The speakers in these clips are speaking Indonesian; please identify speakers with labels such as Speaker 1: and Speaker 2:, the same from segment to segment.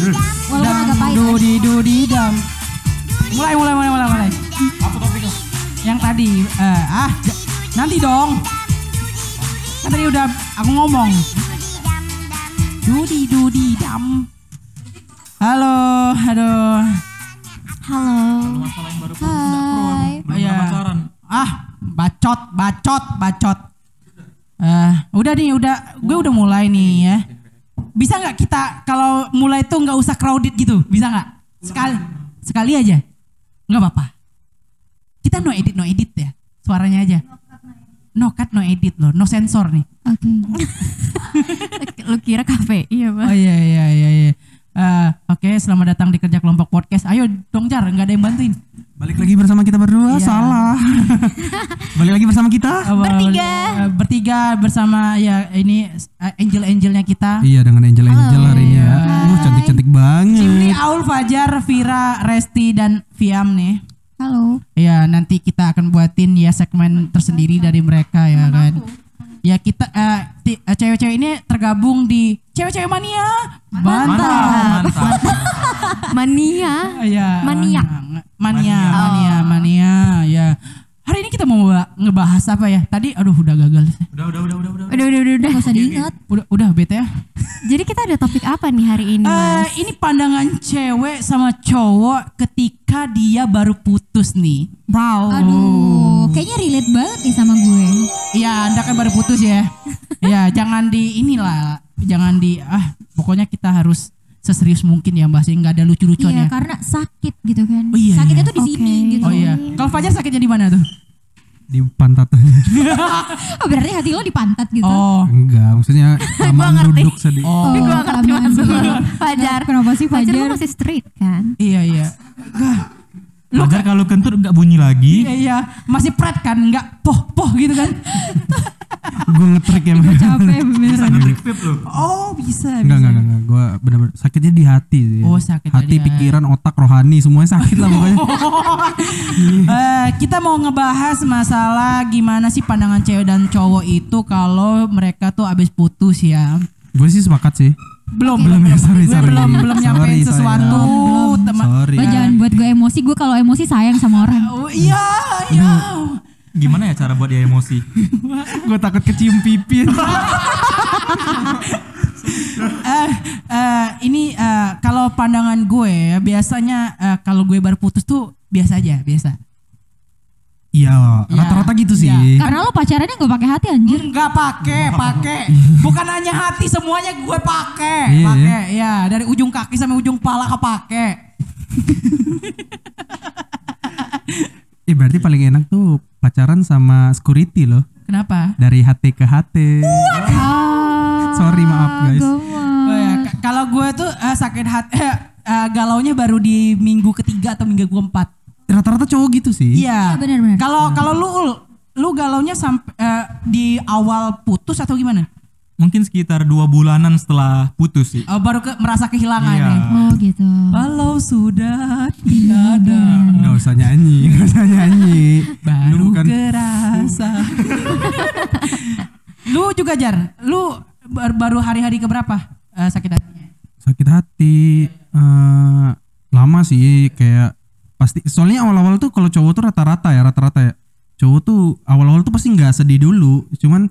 Speaker 1: Walaupun agak pahit.
Speaker 2: Dam, dudi, dudi, dam. Mulai, mulai, mulai, mulai, mulai.
Speaker 3: Apa topiknya?
Speaker 2: Yang tadi, eh, ah, j- nanti dong. Kan tadi udah aku ngomong. Dudi, dudi, dam. Halo, aduh.
Speaker 1: Halo.
Speaker 3: Masalah yang baru pun nggak pro.
Speaker 1: Hai.
Speaker 3: Belum pernah
Speaker 2: Iya.
Speaker 3: pacaran.
Speaker 2: Ah, bacot, bacot, bacot. Eh, udah nih, udah, gue udah mulai nih ya. Bisa nggak kita kalau mulai tuh nggak usah crowded gitu, bisa nggak? Sekali, sekali aja, nggak apa-apa. Kita no edit, no edit ya, suaranya aja. No cut, no edit loh, no sensor nih.
Speaker 1: Oke. Lu kira kafe? Iya, Pak.
Speaker 2: Oh iya iya iya. iya. Eh, Oke, selamat datang di kerja kelompok podcast. Ayo dong jar, nggak ada yang bantuin.
Speaker 4: Balik lagi bersama kita berdua,
Speaker 2: Iya.
Speaker 4: salah. Balik lagi bersama kita.
Speaker 1: Bertiga.
Speaker 2: Eh, bertiga bersama ya ini eh, angel-angelnya kita.
Speaker 4: Iya dengan Angel Angel hari ini ya. Uh, cantik cantik
Speaker 2: Ini
Speaker 4: banget.
Speaker 2: Aul Fajar, Vira, Resti dan Fiam nih.
Speaker 1: Halo.
Speaker 2: Ya nanti kita akan buatin ya segmen tersendiri dari mereka ya kan. Ya kita eh, ti- eh, cewek-cewek ini tergabung di cewek-cewek mania Bantal.
Speaker 3: Mantap. mantap.
Speaker 1: Mania.
Speaker 2: Ya,
Speaker 1: Mania.
Speaker 2: mania, mania, mania, ya. Hari ini kita mau ba- ngebahas apa ya? Tadi aduh udah gagal.
Speaker 3: Udah, udah, udah, udah, udah.
Speaker 1: Udah, udah, udah, udah. Gak usah diingat.
Speaker 2: Udah udah bete ya.
Speaker 1: Jadi kita ada topik apa nih hari ini,
Speaker 2: Eh,
Speaker 1: Mas?
Speaker 2: ini pandangan cewek sama cowok ketika dia baru putus nih.
Speaker 1: Oh.
Speaker 2: Wow.
Speaker 5: Aduh, kayaknya relate banget nih sama gue.
Speaker 2: Iya, Anda kan baru putus ya. ya, jangan di inilah, jangan di ah pokoknya kita harus seserius mungkin ya bahasnya nggak ada lucu-lucuan
Speaker 5: Iya,
Speaker 2: ya.
Speaker 5: karena sakit gitu kan.
Speaker 2: Oh iya,
Speaker 5: Sakitnya
Speaker 2: iya.
Speaker 5: tuh di sini
Speaker 1: Oke.
Speaker 5: gitu.
Speaker 2: Oh iya. Kalau Fajar sakitnya di mana tuh?
Speaker 4: Di pantat.
Speaker 5: Oh, berarti hati lo di pantat gitu.
Speaker 2: Oh.
Speaker 4: Enggak, maksudnya
Speaker 1: Gua
Speaker 4: lama
Speaker 1: ngerti.
Speaker 4: duduk sedih.
Speaker 2: Oh.
Speaker 1: Ini gua ngerti
Speaker 5: kelamaan.
Speaker 1: maksud lu. Fajar.
Speaker 5: Kenapa sih
Speaker 1: Fajar lu
Speaker 5: Fajar?
Speaker 1: masih straight kan?
Speaker 2: Iya, iya.
Speaker 3: Fajar kalau kentut nggak bunyi lagi.
Speaker 2: Iya, iya. Masih pret kan, nggak poh poh gitu kan?
Speaker 4: Gue ngetrik ya. Enggak,
Speaker 5: Capek beneran.
Speaker 3: Ngetrik vape loh.
Speaker 2: Oh bisa.
Speaker 4: enggak, enggak, enggak. Gue benar-benar sakitnya di hati sih.
Speaker 2: Oh, sakitnya
Speaker 4: Hati,
Speaker 2: di hati.
Speaker 4: pikiran, otak, rohani, semuanya sakit lah pokoknya.
Speaker 2: Eh, kita mau ngebahas masalah gimana sih pandangan cewek dan cowok itu kalau mereka tuh abis putus ya.
Speaker 4: gue sih sepakat sih.
Speaker 2: Belum
Speaker 4: Belum ya, sorry,
Speaker 2: belum
Speaker 4: sorry.
Speaker 2: belum, belum nyampein
Speaker 4: Sorry, sorry.
Speaker 2: sesuatu teman.
Speaker 4: Sorry.
Speaker 5: Lo
Speaker 1: Iya.
Speaker 5: jangan buat gue emosi, gue kalau emosi sayang sama orang.
Speaker 2: Oh, iya, iya.
Speaker 3: Gimana ya cara buat dia emosi?
Speaker 4: gue takut kecium pipi.
Speaker 2: Eh, eh, ini eh, kalau pandangan gue ya, biasanya eh, kalau gue baru putus tuh biasa aja, biasa.
Speaker 4: Iya,
Speaker 2: Iya.
Speaker 4: rata-rata gitu sih.
Speaker 2: Iya.
Speaker 5: Karena lo pacarannya gak pakai hati
Speaker 4: Iya.
Speaker 5: anjir.
Speaker 2: Enggak pakai, pakai. Bukan hanya hati semuanya gue pakai,
Speaker 4: Iya, iya.
Speaker 2: pakai. Ya, dari ujung kaki sampai ujung kepala kepake.
Speaker 4: Eh berarti paling enak tuh pacaran sama security loh.
Speaker 2: Kenapa?
Speaker 4: Dari hati ke hati.
Speaker 1: Iya.
Speaker 5: Ah,
Speaker 4: Sorry maaf guys.
Speaker 2: Oh ya, ka- kalau gue tuh eh, sakit hati eh, eh, galaunya baru di minggu ketiga atau minggu gue empat.
Speaker 4: Rata-rata cowok gitu sih.
Speaker 2: Iya.
Speaker 5: Iya, benar-benar.
Speaker 4: Nah.
Speaker 2: Kalau kalau lu Ul, lu galaunya sampai di awal putus atau gimana?
Speaker 3: Mungkin sekitar dua bulanan setelah putus sih.
Speaker 2: Eh, baru ke, merasa kehilangan
Speaker 3: Iya.
Speaker 2: ya.
Speaker 1: Ah.
Speaker 5: Oh gitu.
Speaker 2: Kalau sudah tiada
Speaker 4: Nggak usah nyanyi, nggak usah nyanyi. kan Lu
Speaker 2: baru
Speaker 4: bukan
Speaker 2: kerasa. lu juga jar, lu bar- baru hari-hari keberapa eh, sakit hatinya?
Speaker 4: sakit hati. eh, lama sih kayak pasti soalnya awal-awal tuh kalau cowok tuh rata-rata ya rata-rata ya cowok tuh awal-awal tuh pasti nggak sedih dulu cuman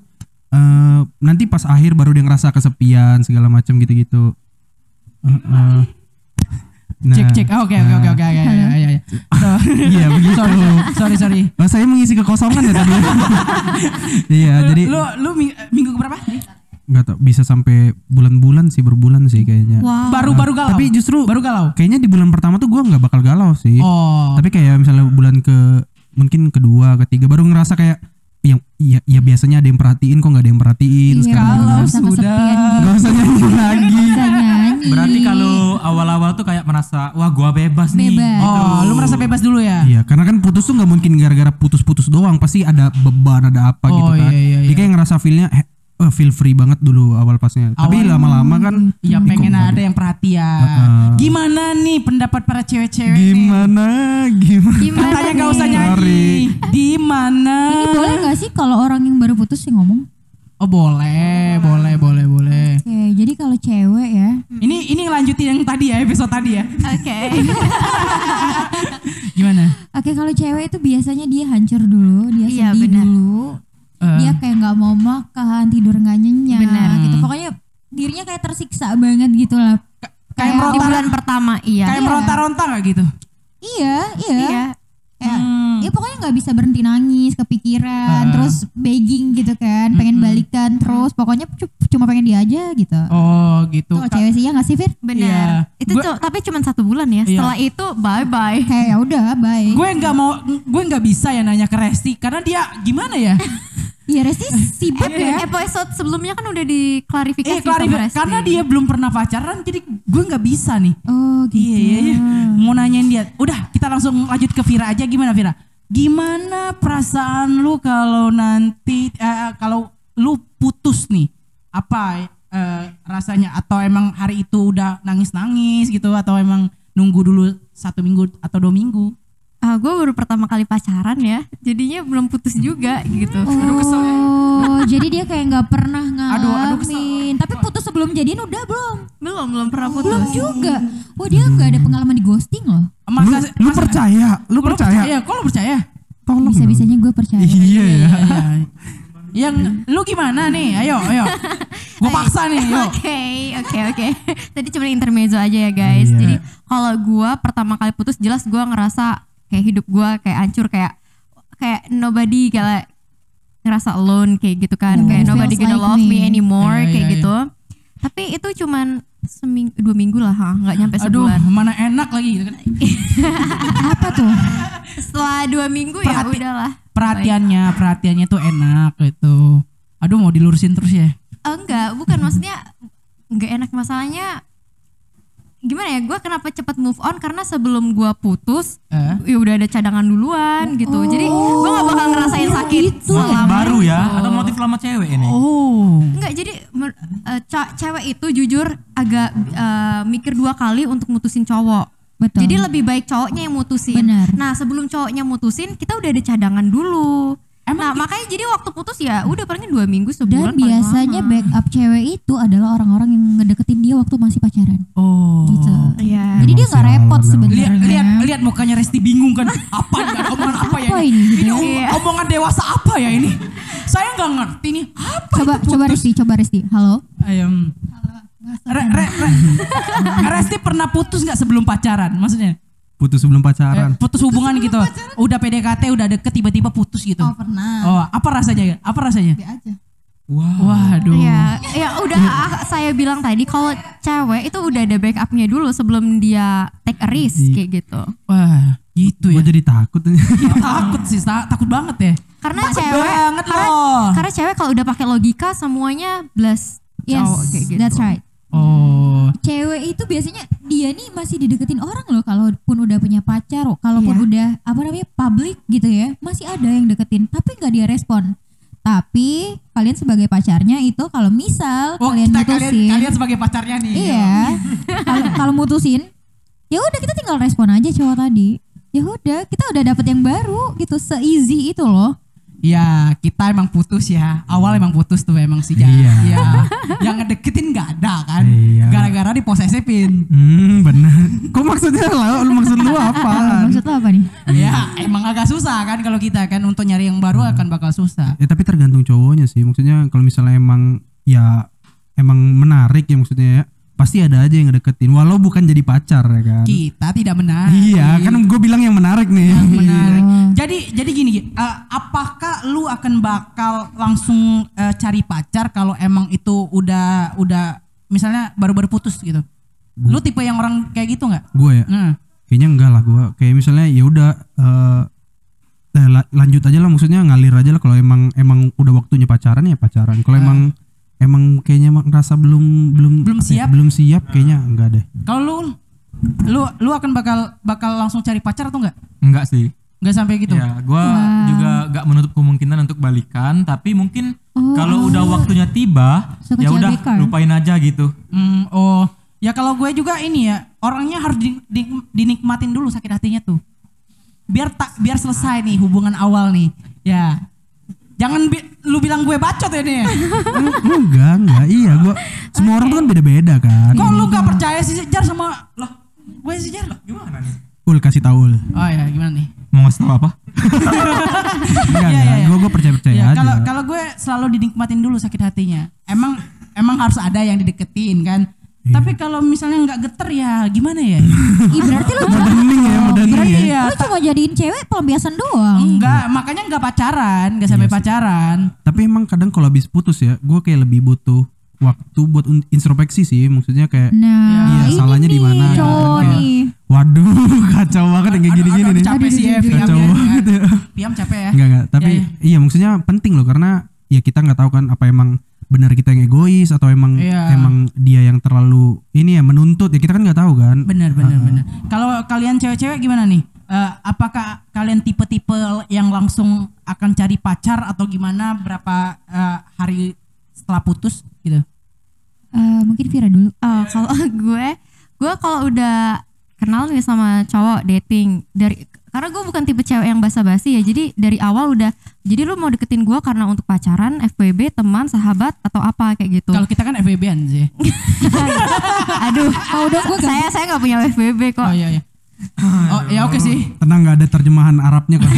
Speaker 4: eh, nanti pas akhir baru dia ngerasa kesepian segala macam gitu-gitu Eh, eh. Nah,
Speaker 2: Cek cek, Oh, oke oke oke oke, ya ya ya ya. So-
Speaker 4: iya begitu
Speaker 2: sorry sorry sorry.
Speaker 4: Oh, saya mengisi kekosongan ya tadi. iya, jadi
Speaker 2: lu lu mi- eh, minggu berapa?
Speaker 4: nggak tau bisa sampai bulan-bulan sih berbulan sih kayaknya.
Speaker 2: Baru baru galau.
Speaker 4: Oh. Tapi justru
Speaker 2: baru galau.
Speaker 4: kayaknya di bulan pertama tuh gua nggak bakal galau sih.
Speaker 2: Oh.
Speaker 4: Tapi kayak misalnya bulan ke mungkin kedua, ketiga baru ngerasa kayak yang ya, ya biasanya ada yang perhatiin kok nggak ada yang perhatiin
Speaker 5: Iya,
Speaker 4: sekarang
Speaker 5: kalau
Speaker 2: Kalau
Speaker 5: sama
Speaker 2: sudah.
Speaker 5: kesepian gitu.
Speaker 4: nggak usah nyanyi lagi
Speaker 5: Bisa nyanyi.
Speaker 3: Berarti kalau awal-awal tuh kayak merasa wah gua bebas, nih. gitu.
Speaker 5: Bebas.
Speaker 2: Oh, lu merasa bebas dulu ya?
Speaker 4: iya karena kan putus tuh nggak mungkin gara-gara putus-putus doang pasti ada beban ada apa
Speaker 2: Oh,
Speaker 4: gitu kan
Speaker 2: iya, iya,
Speaker 4: dia kayak ngerasa feelnya eh, eh, feel free banget dulu awal pasnya tapi lama-lama kan
Speaker 2: Ya
Speaker 4: ih, kok
Speaker 2: pengen
Speaker 4: nggak
Speaker 2: ada yang perhatian. Gimana nih pendapat para cewek-cewek? nih?
Speaker 4: Gimana? Gimana?
Speaker 5: Iya,
Speaker 1: Gimana
Speaker 2: Katanya gak usah
Speaker 1: nih?
Speaker 2: nyanyi. Gimana?
Speaker 5: Ini boleh gak sih kalau orang yang baru putus sih ngomong?
Speaker 2: Oh boleh, boleh, boleh, boleh.
Speaker 5: Oke, jadi kalau cewek ya,
Speaker 2: Ini ini ini ngelanjutin yang tadi ya episode tadi ya.
Speaker 1: Hmm. Oke.
Speaker 2: Gimana?
Speaker 5: Oke kalau cewek itu biasanya dia hancur dulu, dia
Speaker 1: Iya,
Speaker 5: sedih
Speaker 1: benar.
Speaker 5: dulu,
Speaker 2: Eh.
Speaker 5: dia kayak nggak mau makan, tidur nggak nyenyak,
Speaker 1: Benar.
Speaker 5: gitu. Pokoknya dirinya kayak tersiksa banget gitu lah.
Speaker 2: Kayak
Speaker 1: Kayak di
Speaker 2: meronta-
Speaker 1: bulan pertama iya.
Speaker 2: Kayak
Speaker 5: Iya.
Speaker 2: meronta-ronta nggak gitu?
Speaker 5: Iya, iya.
Speaker 1: Iya.
Speaker 5: Kayak,
Speaker 2: Hmm.
Speaker 1: Hmm.
Speaker 5: Iya pokoknya nggak bisa berhenti nangis, kepikiran,
Speaker 2: Ah.
Speaker 5: terus begging gitu kan, pengen balikan terus, pokoknya cu- cuma pengen dia aja gitu.
Speaker 2: Oh gitu.
Speaker 5: Tuh cewek sih ya nggak sih Fir?
Speaker 1: Benar.
Speaker 2: Iya.
Speaker 1: Itu
Speaker 2: Gua- Iya.
Speaker 1: cu- tapi cuma satu bulan ya. Setelah itu bye bye.
Speaker 5: Kayak ya udah, baik.
Speaker 2: Gue nggak mau, gue nggak bisa ya nanya ke Resti karena dia gimana ya?
Speaker 5: Iya Resti sibuk ya.
Speaker 1: Episode sebelumnya kan udah diklarifikasi
Speaker 2: eh
Speaker 1: sama
Speaker 2: klarifikasi
Speaker 1: Resti.
Speaker 2: Iya. karena dia belum pernah pacaran jadi gue nggak bisa nih.
Speaker 5: Oh gitu.
Speaker 2: Iya iya iya. Mau nanyain dia. Udah kita langsung lanjut ke Vira aja gimana Vira? Gimana perasaan lu kalau nanti eh, kalau lu putus nih apa eh, rasanya atau emang hari itu udah nangis nangis gitu atau emang nunggu dulu satu minggu atau dua minggu?
Speaker 1: Ah, gue baru pertama kali pacaran ya. Jadinya belum putus juga gitu. Aduh, kesel.
Speaker 5: Oh, jadi dia kayak nggak pernah ngalamin.
Speaker 2: Aduh, aduh, kesel.
Speaker 5: Tapi putus sebelum jadian udah belum?
Speaker 1: Belum belum pernah putus. Iya,
Speaker 5: Belum juga. Wah dia nggak ada pengalaman di ghosting loh.
Speaker 4: Lu,
Speaker 2: Masa,
Speaker 4: lu
Speaker 2: masa-
Speaker 4: percaya? Lu
Speaker 2: Lu
Speaker 4: percaya?
Speaker 2: Kok lu percaya?
Speaker 4: Tolong.
Speaker 5: Bisa bisanya gue
Speaker 4: dong.
Speaker 5: percaya.
Speaker 4: Iya ya.
Speaker 2: Iya. Yang lu gimana nih? Ayo, ayo. Gue paksa nih, yuk.
Speaker 1: Oke, oke, oke. Tadi cuma intermezzo aja ya guys.
Speaker 4: Iya.
Speaker 1: Jadi kalau gua pertama kali putus jelas gua ngerasa kayak hidup gua kayak hancur kayak kayak nobody kayak ngerasa alone kayak gitu kan.
Speaker 5: Oh,
Speaker 1: kayak
Speaker 5: feels
Speaker 1: nobody gonna
Speaker 5: like
Speaker 1: love me,
Speaker 5: me.
Speaker 1: anymore
Speaker 2: Iya,
Speaker 1: kayak
Speaker 2: iya,
Speaker 1: gitu. Tapi itu cuman seminggu dua minggu lah, ha, nggak nyampe
Speaker 2: Aduh,
Speaker 1: sebulan.
Speaker 2: mana enak lagi gitu kan.
Speaker 5: Apa tuh?
Speaker 1: Setelah dua minggu ya
Speaker 2: Perhati-
Speaker 1: udahlah.
Speaker 2: Perhatiannya, perhatiannya tuh enak gitu. Aduh, mau dilurusin terus ya.
Speaker 1: Oh, enggak, bukan maksudnya enggak enak masalahnya gimana ya gue kenapa cepat move on karena sebelum gua putus
Speaker 2: Eh?
Speaker 1: ya udah ada cadangan duluan gitu jadi gue gak bakal ngerasain
Speaker 5: Oh,
Speaker 1: sakit
Speaker 5: gitu.
Speaker 3: Motif
Speaker 1: selama-
Speaker 3: baru ya atau motif lama cewek ini?
Speaker 2: Oh.
Speaker 1: Enggak, jadi mer- eh, ca- cewek itu jujur agak eh, mikir dua kali untuk mutusin cowok.
Speaker 5: Betul.
Speaker 1: Jadi lebih baik cowoknya yang mutusin.
Speaker 5: Benar.
Speaker 1: Nah, sebelum cowoknya mutusin, kita udah ada cadangan dulu. nah, makanya jadi waktu putus ya udah palingnya dua minggu
Speaker 5: gitu? Dan
Speaker 1: sebulan. paling
Speaker 5: biasanya
Speaker 1: lama.
Speaker 5: backup cewek itu adalah orang-orang yang ngedeketin dia waktu masih pacaran.
Speaker 2: Oh.
Speaker 5: Gitu.
Speaker 1: Iya.
Speaker 5: Jadi dia nggak repot
Speaker 2: Lihat,
Speaker 5: sebenarnya.
Speaker 2: lihat, lihat mukanya Resti bingung kan. Apa nih? Omongan apa ya
Speaker 5: Apa
Speaker 2: ini?
Speaker 5: ini gitu
Speaker 2: Ini
Speaker 5: ya?
Speaker 2: om- omongan dewasa apa ya ini? Saya nggak ngerti nih. Apa
Speaker 5: Coba
Speaker 2: itu
Speaker 5: coba
Speaker 2: putus?
Speaker 5: Resti, coba Resti. Halo.
Speaker 2: Ayam. Re, re, re. Resti pernah putus nggak sebelum pacaran? Maksudnya?
Speaker 4: Putus sebelum
Speaker 2: Eh,
Speaker 4: pacaran.
Speaker 2: putus hubungan gitu. Udah PDKT, udah deket, tiba-tiba putus gitu. Oh,
Speaker 6: pernah
Speaker 2: apa rasanya? ya? Apa rasanya?
Speaker 6: aja
Speaker 3: Eh,
Speaker 4: Wah.
Speaker 2: Waduh.
Speaker 1: Iya, ya udah ah, saya bilang tadi kalau cewek itu udah ada backupnya dulu sebelum dia take a risk kayak gitu.
Speaker 2: Wah, gitu ya.
Speaker 4: Gue jadi takut.
Speaker 2: Ih, takut sih, ta- takut banget ya.
Speaker 1: Karena
Speaker 2: Takut
Speaker 1: cewek
Speaker 2: banget
Speaker 1: karena,
Speaker 2: loh.
Speaker 1: karena cewek kalau udah pakai logika semuanya blast
Speaker 5: Yes,
Speaker 1: cowok kayak gitu.
Speaker 5: that's right.
Speaker 2: Oh.
Speaker 5: cewek itu biasanya dia nih masih dideketin orang loh kalaupun udah punya pacar kalaupun
Speaker 1: Iya.
Speaker 5: udah apa namanya publik gitu ya masih ada yang deketin tapi nggak dia respon tapi kalian sebagai pacarnya itu kalau misal
Speaker 2: Oh,
Speaker 5: kalian
Speaker 2: kita
Speaker 5: mutusin
Speaker 2: kalian, kalian sebagai pacarnya nih.
Speaker 5: iya kalau kalau mutusin ya udah kita tinggal respon aja cowok tadi ya udah kita udah dapet yang baru gitu se easy itu loh
Speaker 2: Iya, kita emang putus ya. Awal emang putus tuh emang sih. Jan.
Speaker 4: Iya.
Speaker 2: Yang ngedeketin nggak ada kan.
Speaker 4: Iya.
Speaker 2: Gara-gara diposesifin.
Speaker 4: Hmm, benar. Kok maksudnya lah? Lu maksud lu apa?
Speaker 5: maksud lo apa nih
Speaker 2: ya,
Speaker 4: Iya.
Speaker 2: emang agak susah kan kalau kita kan untuk nyari yang baru akan bakal susah.
Speaker 4: Ya tapi tergantung cowoknya sih. Maksudnya kalau misalnya emang ya emang menarik ya maksudnya ya. Pasti ada aja yang ngedeketin walau bukan jadi pacar ya kan.
Speaker 2: Kita tidak benar.
Speaker 4: Iya, kan gue bilang yang menarik nih.
Speaker 2: menarik. Jadi jadi gini, Gi. Eh, apakah lu akan bakal langsung eh, cari pacar kalau emang itu udah udah misalnya baru-baru putus gitu? Lu tipe yang orang kayak gitu nggak?
Speaker 4: Gue ya.
Speaker 2: Nah,
Speaker 4: Kayaknya enggak lah gue. Kayak misalnya ya udah eh, eh, la- lanjut aja lah maksudnya ngalir aja lah kalau emang emang udah waktunya pacaran ya pacaran. Kalau emang emang kayaknya emang ngerasa belum belum
Speaker 2: Eh. Belum
Speaker 4: apa ya,
Speaker 2: siap?
Speaker 4: belum siap kayaknya enggak deh.
Speaker 2: kalau lu lu lu akan bakal bakal langsung cari pacar atau nggak?
Speaker 3: Enggak sih.
Speaker 2: Nggak sampai gitu.
Speaker 3: Ya, gua juga gak menutup kemungkinan untuk balikan, tapi mungkin kalau udah waktunya tiba,
Speaker 5: Suka
Speaker 3: ya
Speaker 5: cewek
Speaker 3: udah
Speaker 5: bekal.
Speaker 3: lupain aja gitu.
Speaker 2: Hmm, oh, ya kalau gue juga ini ya, orangnya harus di- di- dinikmatin dulu sakit hatinya tuh. Biar tak biar selesai nih hubungan awal nih. Ya. Jangan bi- lu bilang gue bacot ya nih.
Speaker 4: enggak enggak iya gua semua orang tuh kan beda-beda kan
Speaker 2: Kok lu gak percaya sih Jar sama loh? Gue sih Jar.
Speaker 3: Gimana nih?
Speaker 4: ul kasih tahu ul
Speaker 2: Oh ya gimana nih?
Speaker 3: Mau ngasih tau apa?
Speaker 4: enggak
Speaker 2: Iya,
Speaker 4: enggak
Speaker 2: iya.
Speaker 4: gua gua percaya percaya
Speaker 2: Iya,
Speaker 4: aja
Speaker 2: kalau kalau gue selalu dinikmatin dulu sakit hatinya. Emang emang harus ada yang dideketin kan. Tapi kalau misalnya nggak geter ya gimana ya?
Speaker 5: Ih, berarti lu cuma
Speaker 4: Bening ya mudah
Speaker 2: Berarti ya.
Speaker 5: lu cuma jadiin cewek pelampiasan doang.
Speaker 2: Enggak, makanya nggak pacaran, nggak sampai pacaran.
Speaker 4: tapi emang kadang kalau habis putus ya gua kayak lebih butuh waktu buat un- introspeksi sih maksudnya kayak
Speaker 2: Hmm.
Speaker 5: Nah,
Speaker 4: Iya,
Speaker 5: ini
Speaker 4: salahnya di
Speaker 5: nih,
Speaker 4: mana?
Speaker 5: Cowok
Speaker 4: Iya.
Speaker 5: nih.
Speaker 4: waduh kacau banget yang kayak
Speaker 2: Aduh,
Speaker 4: gini-gini
Speaker 2: aduh,
Speaker 4: nih
Speaker 2: Capek sih ya, Fiam
Speaker 4: Kacau
Speaker 2: ya.
Speaker 4: banget ya.
Speaker 2: Diam capek ya.
Speaker 4: Enggak enggak, tapi
Speaker 2: Iya,
Speaker 4: iya maksudnya penting loh karena ya kita nggak tahu kan apa emang benar kita yang egois atau emang
Speaker 2: Iya.
Speaker 4: emang dia yang terlalu ini ya menuntut ya kita kan nggak tahu kan.
Speaker 2: Benar, benar, benar. Kalau kalian cewek-cewek gimana nih? Eh, apakah kalian tipe-tipe yang langsung akan cari pacar atau gimana berapa eh, hari setelah putus gitu?
Speaker 5: Eh, mungkin Vira dulu.
Speaker 2: Iya.
Speaker 1: Eh, kalau gue gue kalau udah kenal nih sama cowok dating dari karena gue bukan tipe cewek yang basa-basi ya jadi dari awal udah jadi lu mau deketin gue karena untuk pacaran FBB teman sahabat atau apa kayak gitu
Speaker 2: Kalau kita kan FBB-an sih.
Speaker 1: aduh mau dong gue saya saya nggak punya FBB kok
Speaker 2: Oh iya iya. Oh iya oke sih.
Speaker 4: Tenang nggak ada terjemahan Arabnya kok.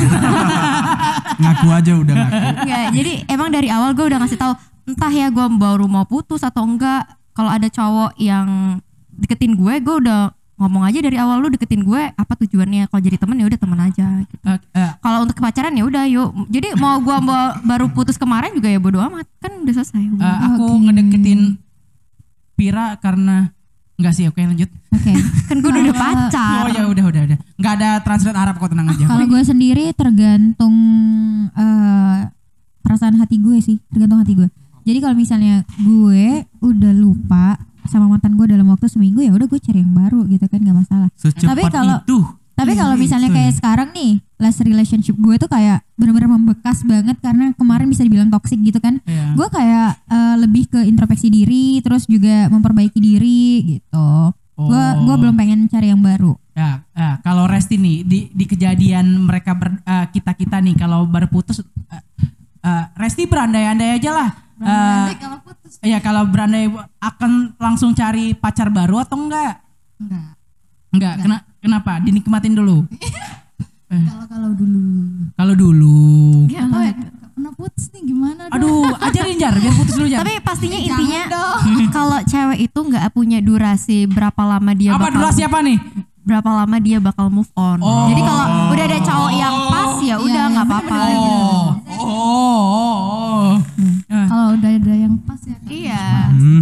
Speaker 4: ngaku aja udah ngaku.
Speaker 2: Iya.
Speaker 1: Enggak, Iya, jadi emang dari awal gue udah ngasih tahu entah ya gue baru mau putus atau enggak kalau ada cowok yang deketin gue gue udah ngomong aja dari awal lu deketin gue apa tujuannya kalau jadi temen ya udah temen aja gitu.
Speaker 2: Eh, eh,
Speaker 1: kalau untuk pacaran ya udah yuk jadi mau gue baru putus kemarin juga ya bodo amat kan udah selesai
Speaker 2: eh, aku ngedeketin Pira karena nggak sih oke lanjut.
Speaker 5: Oke.
Speaker 1: kan gue udah, udah pacar
Speaker 2: Oh ya udah udah udah. Nggak ada translate Arab kok tenang aja.
Speaker 5: Kalau gue sendiri tergantung eh, perasaan hati gue sih, tergantung hati gue. Jadi kalau misalnya gue udah lupa sama mantan gue dalam waktu seminggu ya udah gue cari yang baru gitu kan nggak masalah.
Speaker 3: Secepat
Speaker 5: Tapi kalau-
Speaker 3: itu. Iya,
Speaker 5: Tapi kalau misalnya kayak sekarang nih, last relationship gue tuh kayak bener-bener membekas banget karena kemarin bisa dibilang toxic gitu
Speaker 3: Eh,
Speaker 5: kan.
Speaker 2: Iya.
Speaker 5: Gue kayak eh, lebih ke introspeksi diri, terus juga memperbaiki diri gitu. Gue gue
Speaker 2: Oh.
Speaker 5: belum pengen cari yang baru.
Speaker 2: Ya, ya, kalau Resti nih di di kejadian mereka ber, kita kita nih kalau baru putus eh, eh, Resti berandai-andai aja lah. Eh,
Speaker 6: kalau putus
Speaker 2: Iya kalau berandai akan langsung cari pacar baru atau enggak?
Speaker 6: enggak
Speaker 2: Enggak. Kena, kenapa? Dinikmatin dulu. Eh.
Speaker 6: kalau kalau dulu
Speaker 2: Kalau dulu.
Speaker 6: ya, gue nggak pernah putus nih gimana dong?
Speaker 2: Aduh, ajarin Jar, biar putus dulu Jar.
Speaker 1: tapi pastinya
Speaker 6: Jangan
Speaker 1: intinya
Speaker 6: dong.
Speaker 1: kalau cewek itu nggak punya durasi berapa lama dia
Speaker 2: apa
Speaker 1: bakal
Speaker 2: durasi apa nih?
Speaker 1: berapa lama dia bakal move on. Jadi kalau udah ada cowok yang pas
Speaker 5: Iya,
Speaker 1: ya udah nggak apa-apa. gitu.
Speaker 2: Oh, oh, oh, oh. Eh,
Speaker 6: kalau udah ada yang pas ya kan
Speaker 1: Iya,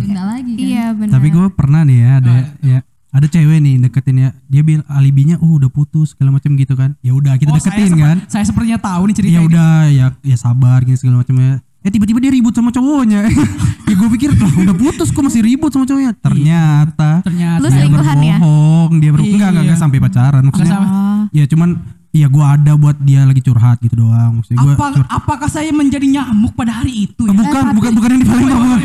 Speaker 6: pindah lagi kan
Speaker 1: iya benar.
Speaker 4: Tapi gue pernah nih ya
Speaker 2: Oh,
Speaker 4: ada ya ada cewek nih deketin ya dia bilang alibinya oh udah putus segala macam gitu kan ya udah kita
Speaker 2: oh, saya,
Speaker 4: deketin
Speaker 2: seper-
Speaker 4: kan
Speaker 2: saya sepertinya tahu nih cerita
Speaker 4: ya
Speaker 2: ini.
Speaker 4: udah ya ya sabar gini segala macamnya eh tiba-tiba dia ribut sama cowoknya ya gue pikir lah udah putus kok masih ribut sama cowoknya
Speaker 2: Iya.
Speaker 4: ternyata
Speaker 2: Ternyata
Speaker 1: Lu
Speaker 4: dia
Speaker 1: selingkuhan ya?
Speaker 4: berbohong dia ber
Speaker 2: Iya.
Speaker 4: enggak enggak enggak sampai pacaran maksudnya
Speaker 2: Nggak
Speaker 4: ya cuman ya gue ada buat dia lagi curhat gitu doang maksudnya gue
Speaker 2: apa apakah saya menjadi nyamuk pada hari itu ya?
Speaker 4: bukan bukan bukan yang di Palembang bukan.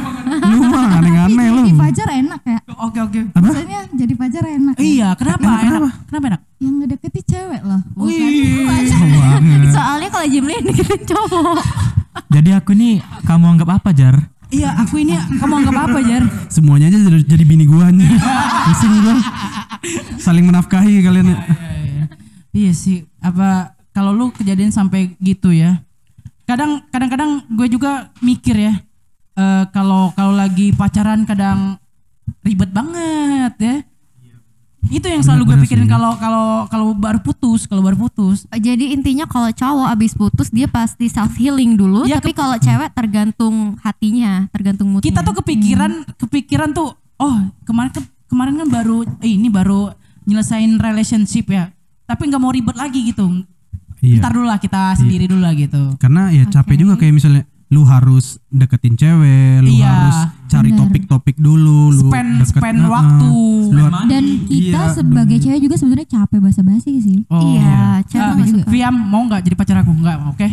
Speaker 4: lu mah aneh-aneh lu
Speaker 6: jadi pacar enak ya
Speaker 2: Oke, oke.
Speaker 6: maksudnya jadi pacar enak ya.
Speaker 2: Iya, kenapa? Enak. Kenapa enak?
Speaker 6: yang ngedeketi cewek loh
Speaker 2: Wih.
Speaker 4: Kesel banget.
Speaker 1: Soalnya kalau Jimli deketin cowok.
Speaker 3: Jadi aku nih kamu anggap apa Jar?
Speaker 2: Iya, aku ini kamu anggap apa, Jar?
Speaker 4: semuanya aja jadi, jadi bini gue aja pusing gue saling menafkahi kalian ya
Speaker 2: Iya sih. Apa kalau lu kejadian sampai gitu ya? Kadang kadang-kadang gue juga mikir ya. eh, kalau kalau lagi pacaran kadang ribet banget ya. Itu yang selalu gue pikirin kalau kalau kalau baru putus, kalau baru putus.
Speaker 1: Jadi intinya kalau cowok abis putus dia pasti self healing dulu.
Speaker 2: Iya,
Speaker 1: tapi kalau cewek tergantung hatinya, tergantung moodnya.
Speaker 2: Kita tuh kepikiran kepikiran tuh oh, kemarin ke- kemarin kan baru eh, ini baru nyelesain relationship ya. Tapi nggak mau ribet lagi gitu.
Speaker 4: Iya.
Speaker 2: Ntar dulu lah kita sendiri dulu lah gitu.
Speaker 4: karena ya capek juga kayak misalnya lu harus deketin cewek, lu
Speaker 2: Iya.
Speaker 4: harus cari topik-topik dulu, lu
Speaker 2: Spend-
Speaker 4: deket-
Speaker 2: spend
Speaker 4: Nah,
Speaker 2: waktu.
Speaker 4: lu har-
Speaker 5: Dan kita sebagai cewek juga sebenarnya capek basa-basi sih.
Speaker 1: Iya, cewek
Speaker 2: Ah, Viam mau nggak jadi pacar aku nggak oke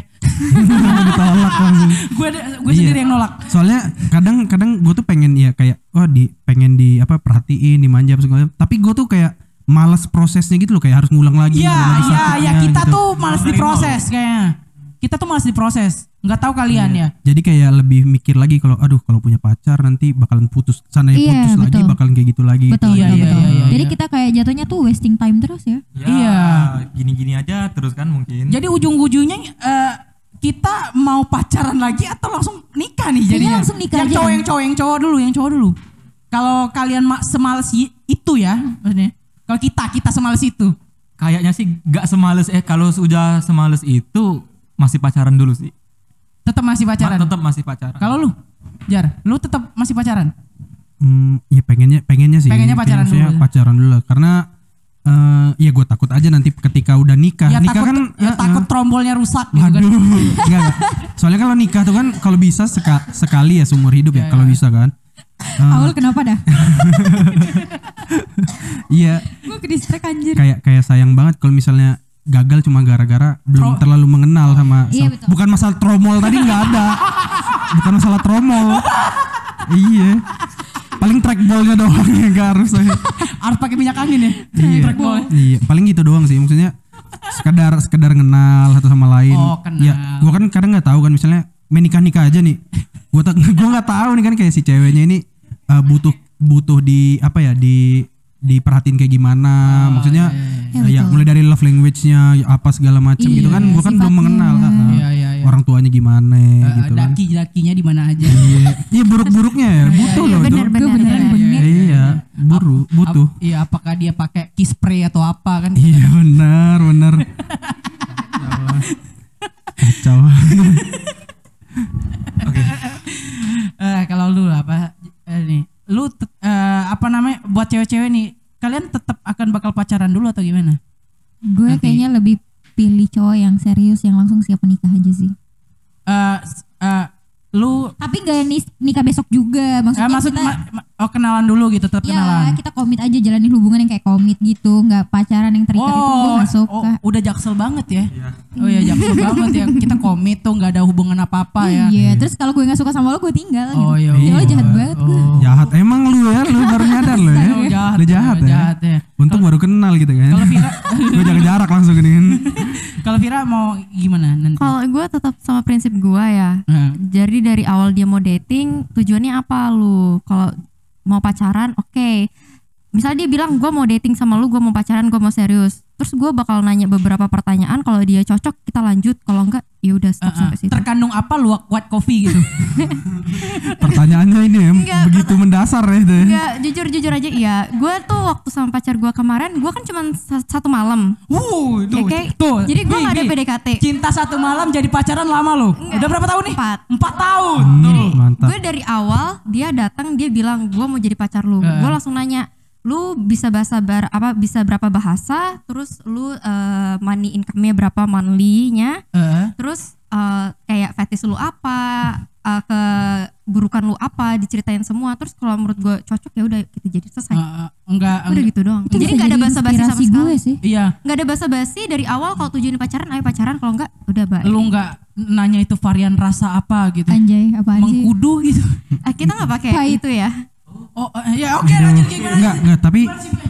Speaker 4: ditolak langsung.
Speaker 2: gue gue
Speaker 4: Iya.
Speaker 2: sendiri yang nolak
Speaker 4: Soalnya kadang-kadang gue tuh pengen ya kayak wah di pengen di apa perhatiin, dimanja apa segala macam. Tapi gue tuh kayak malas prosesnya gitu loh kayak harus ngulang lagi.
Speaker 2: iya
Speaker 4: ngulang
Speaker 2: iya
Speaker 4: lagi sakitnya
Speaker 2: iya kita
Speaker 4: gitu.
Speaker 2: tuh males diproses kayaknya kita kita tuh malas diproses nggak tahu kalian ya
Speaker 4: Jadi kayak lebih mikir lagi kalau aduh kalau punya pacar nanti bakalan putus sana
Speaker 5: Iya,
Speaker 4: putus lagi
Speaker 5: betul.
Speaker 4: bakalan kayak gitu lagi.
Speaker 5: betul
Speaker 2: Iya,
Speaker 5: betul
Speaker 2: iya,
Speaker 5: betul.
Speaker 2: iya,
Speaker 5: Jadi
Speaker 2: iya.
Speaker 5: kita kayak jatuhnya tuh wasting time terus ya.
Speaker 2: Iya.
Speaker 3: Gini-gini aja terus kan mungkin.
Speaker 2: jadi ujung-ujungnya eh, kita mau pacaran lagi atau langsung nikah nih
Speaker 5: Kayaknya
Speaker 2: jadinya
Speaker 5: langsung nikah
Speaker 2: yang
Speaker 5: aja
Speaker 2: cowok
Speaker 5: kan?
Speaker 2: yang cowok yang cowok dulu yang cowok dulu kalau kalian ma- semalas i- itu ya maksudnya kalau kita kita semalas itu
Speaker 3: Kayaknya sih gak semales eh kalau sudah semales itu masih pacaran dulu sih.
Speaker 2: tetap masih pacaran
Speaker 3: Tetap masih pacaran.
Speaker 2: kalau lu jar lu tetap masih pacaran
Speaker 4: Hmm, ya pengennya pengennya sih.
Speaker 2: Pengennya pacaran
Speaker 4: Pengen saya
Speaker 2: dulu ya?
Speaker 4: pacaran dulu lah. karena eh ya gue takut aja nanti ketika udah nikah.
Speaker 2: ya
Speaker 4: nikah
Speaker 2: takut
Speaker 4: kan
Speaker 2: ya
Speaker 4: eh, eh,
Speaker 2: takut trombolnya rusak gitu
Speaker 4: Waduh,
Speaker 2: kan
Speaker 4: enggak, enggak. Soalnya kalau nikah tuh kan kalau bisa seka- sekali ya seumur hidup ya, kalau bisa kan.
Speaker 5: Awal kenapa dah?
Speaker 4: Iya,
Speaker 5: Gue ke distract anjir.
Speaker 4: kayak kayak sayang banget kalau misalnya gagal cuma gara-gara belum terlalu mengenal sama,
Speaker 5: Iya,
Speaker 4: sama-
Speaker 5: betul.
Speaker 4: bukan masalah tromol tadi nggak ada. bukan masalah tromol. iya. Paling trackballnya doang yang nggak harus.
Speaker 2: harus pakai minyak angin ya
Speaker 4: iya.
Speaker 2: trackball
Speaker 4: Iya, paling gitu doang sih maksudnya sekedar sekedar kenal satu sama lain.
Speaker 2: Oh, kenal.
Speaker 4: Ya, gua kan kadang nggak tahu kan misalnya main nikah nikah aja nih. Gua tak gua nggak tahu nih kan kayak si ceweknya ini eh, butuh butuh di apa ya di diperhatiin kayak gimana
Speaker 2: Oh,
Speaker 4: maksudnya
Speaker 2: iya,
Speaker 4: eh, ya mulai dari love language-nya ya apa segala macam gitu kan gua kan belum mengenal kan.
Speaker 2: Iya, iya, Eh, iya.
Speaker 4: orang tuanya gimana gitu kan
Speaker 2: daki dakinya di mana aja
Speaker 4: iya iya buruk-buruknya ya butuh loh itu
Speaker 1: benar benar benar
Speaker 4: iya buruk butuh
Speaker 2: Ap- iya apakah dia pakai kiss spray atau apa kan
Speaker 4: Iya benar benar. Kacau.
Speaker 2: Eh, kalau lu apa eh, nih lu tet- eh, apa namanya buat cewek-cewek nih kalian tetap akan bakal pacaran dulu atau gimana
Speaker 5: Gue kayaknya lebih pilih cowok yang serius yang langsung siap menikah aja sih.
Speaker 2: Eh, s- eh, lu
Speaker 5: Tapi gak nis- nikah besok juga
Speaker 2: eh,
Speaker 5: maksudnya.
Speaker 2: maksud
Speaker 5: kita-
Speaker 2: ma- ma- oh kenalan dulu gitu tetap
Speaker 5: Ya
Speaker 2: kenalan
Speaker 5: kita komit aja jalanin hubungan yang kayak komit gitu, nggak pacaran yang terikat itu gue
Speaker 2: Oh,
Speaker 5: nggak
Speaker 2: oh,
Speaker 5: suka.
Speaker 2: udah jaksel banget ya. Oh iya jaksel banget ya. Kita komit tuh nggak ada hubungan apa-apa ya.
Speaker 5: Iya, terus kalau gue nggak suka sama lo gue tinggal gitu.
Speaker 2: Oh iya.
Speaker 5: Ya lo
Speaker 2: iya.
Speaker 5: jahat banget gue.
Speaker 2: Oh.
Speaker 4: jahat emang lu ya, lu baru nyadar lu ya.
Speaker 2: Oh,
Speaker 4: lu jahat, ya.
Speaker 2: jahat ya.
Speaker 4: Untung baru kenal gitu kan.
Speaker 2: Kalau Vira,
Speaker 4: Gue jaga jarak langsung kan. gini.
Speaker 2: kalau Vira mau gimana nanti?
Speaker 1: Kalau gue tetap sama prinsip gue ya.
Speaker 2: Eh,
Speaker 1: Jadi dari awal dia mau dating, tujuannya apa lu? Kalau mau pacaran, oke. Misalnya dia bilang gue mau dating sama lu, gue mau pacaran, gue mau serius. Terus gue bakal nanya beberapa pertanyaan. Kalau dia cocok, kita lanjut. Kalau enggak, ya udah stop
Speaker 2: eh,
Speaker 1: sampai situ.
Speaker 2: terkandung apa luak kuat kopi gitu?
Speaker 4: Pertanyaannya ini ya,
Speaker 1: Enggak,
Speaker 4: begitu mendasar ya itu. ya.
Speaker 1: Enggak, jujur jujur aja iya. Gue tuh waktu sama pacar gue kemarin, gue kan cuma sa- satu malam.
Speaker 2: Wuh,
Speaker 1: Ya,
Speaker 2: tuh,
Speaker 1: kayak-
Speaker 2: tuh.
Speaker 1: jadi gue
Speaker 2: Nih,
Speaker 1: nggak ada
Speaker 2: nih,
Speaker 1: PDKT.
Speaker 2: Cinta satu malam jadi pacaran lama loh. Udah berapa tahun nih?
Speaker 1: Empat.
Speaker 2: Empat tahun.
Speaker 4: Hmm,
Speaker 5: Nah.
Speaker 4: mantap.
Speaker 1: Gue dari awal dia datang dia bilang gue mau jadi pacar lu. Gue langsung nanya lu bisa bahasa bar- apa bisa berapa bahasa terus lu eh, money income-nya berapa monthly-nya
Speaker 2: Eh,
Speaker 1: terus eh, kayak fetish lu apa eh, keburukan lu apa diceritain semua terus kalau menurut gue cocok ya udah kita jadi selesai
Speaker 2: eh, enggak,
Speaker 1: udah
Speaker 2: enggak.
Speaker 1: gitu doang
Speaker 5: Itu
Speaker 1: jadi
Speaker 5: bisa
Speaker 1: nggak ada
Speaker 5: jadi
Speaker 1: basa-basi sama
Speaker 5: inspirasi
Speaker 1: sekali
Speaker 5: gue sih.
Speaker 2: Iya,
Speaker 1: nggak ada basa-basi dari awal kalau tujuan pacaran ayo pacaran kalau enggak udah bye
Speaker 2: lu enggak nanya itu varian rasa apa gitu.
Speaker 5: Anjay, apaan sih?
Speaker 2: Mengkudu gitu.
Speaker 1: Eh, kita nggak pakai
Speaker 5: Pahit.
Speaker 1: itu ya
Speaker 2: Oh, eh, ya oke lanjut gimana?
Speaker 4: Enggak, enggak, tapi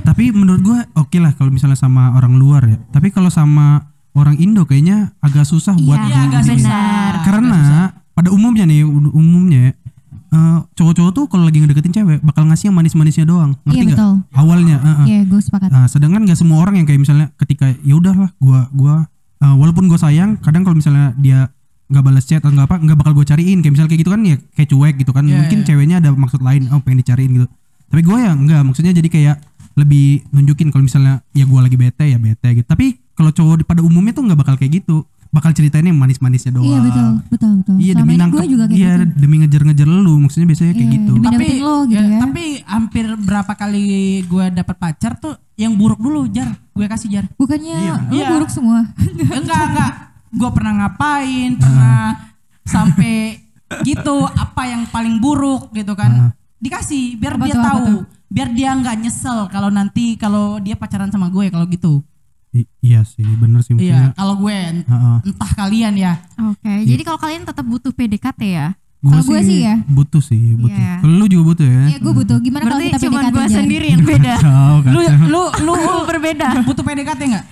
Speaker 4: tapi menurut gua oke lah kalau misalnya sama orang luar ya. Tapi kalau sama orang Indo kayaknya agak susah buat
Speaker 1: Iya,
Speaker 2: Ya agak
Speaker 4: gitu.
Speaker 1: Benar.
Speaker 2: susah.
Speaker 4: karena pada umumnya nih u- umumnya eh, cowok-cowok tuh kalau lagi ngedeketin cewek bakal ngasih yang manis-manisnya doang ngerti
Speaker 5: Iya,
Speaker 4: nggak
Speaker 5: betul.
Speaker 4: awalnya eh, eh.
Speaker 5: Iya, gue sepakat.
Speaker 4: Nah, sedangkan nggak semua orang yang kayak misalnya ketika ya udahlah gua gua eh, walaupun gua sayang kadang kalau misalnya dia nggak balas chat atau nggak apa nggak bakal gua cariin kayak misalnya kayak gitu kan ya kayak cuek gitu
Speaker 5: Iya,
Speaker 4: kan mungkin ceweknya ada maksud lain oh pengen dicariin gitu tapi gua ya nggak maksudnya jadi kayak lebih nunjukin kalau misalnya ya gua lagi bete ya bete gitu tapi kalau cowok di- pada umumnya tuh nggak bakal kayak gitu bakal ceritanya yang manis-manisnya doang
Speaker 5: Iya betul, betul, betul.
Speaker 4: Iya
Speaker 5: Selama
Speaker 4: demi
Speaker 5: ini
Speaker 4: nangkep,
Speaker 5: gue juga kayak
Speaker 4: iya
Speaker 5: gitu.
Speaker 4: demi ngejar-ngejar lu maksudnya biasanya kayak
Speaker 5: Iya,
Speaker 4: gitu.
Speaker 5: demi dapetin lo gitu ya.
Speaker 2: Tapi hampir berapa kali gue dapet pacar tuh yang buruk dulu jar, gue kasih jar.
Speaker 5: Bukannya lo
Speaker 2: Iya.
Speaker 5: buruk semua.
Speaker 2: enggak enggak gue pernah ngapain pernah sampai gitu apa yang paling buruk gitu kan dikasih biar
Speaker 5: Apa
Speaker 2: dia
Speaker 5: tuh, apa
Speaker 2: tahu
Speaker 5: tuh?
Speaker 2: biar dia nggak nyesel kalau nanti kalau dia pacaran sama gue kalau gitu
Speaker 4: I- iya sih, bener
Speaker 2: iya
Speaker 4: sih maksudnya.
Speaker 2: kalau gue en-
Speaker 4: Heeh.
Speaker 2: entah kalian ya
Speaker 1: oke jadi kalau kalian tetap butuh PDKT ya
Speaker 5: Kalau gue sih ya.
Speaker 4: Butuh sih, butuh.
Speaker 1: Iya.
Speaker 4: Kalau lu juga butuh ya. Ah,
Speaker 5: Iya, gue butuh. Gimana kalau
Speaker 1: berarti
Speaker 5: kita
Speaker 1: cuma
Speaker 5: PDKT
Speaker 1: gue
Speaker 5: aja?
Speaker 1: sendiri yang beda
Speaker 4: Kacau,
Speaker 2: lu
Speaker 4: kacau.
Speaker 2: lu lu
Speaker 1: berbeda
Speaker 2: butuh PDKT nggak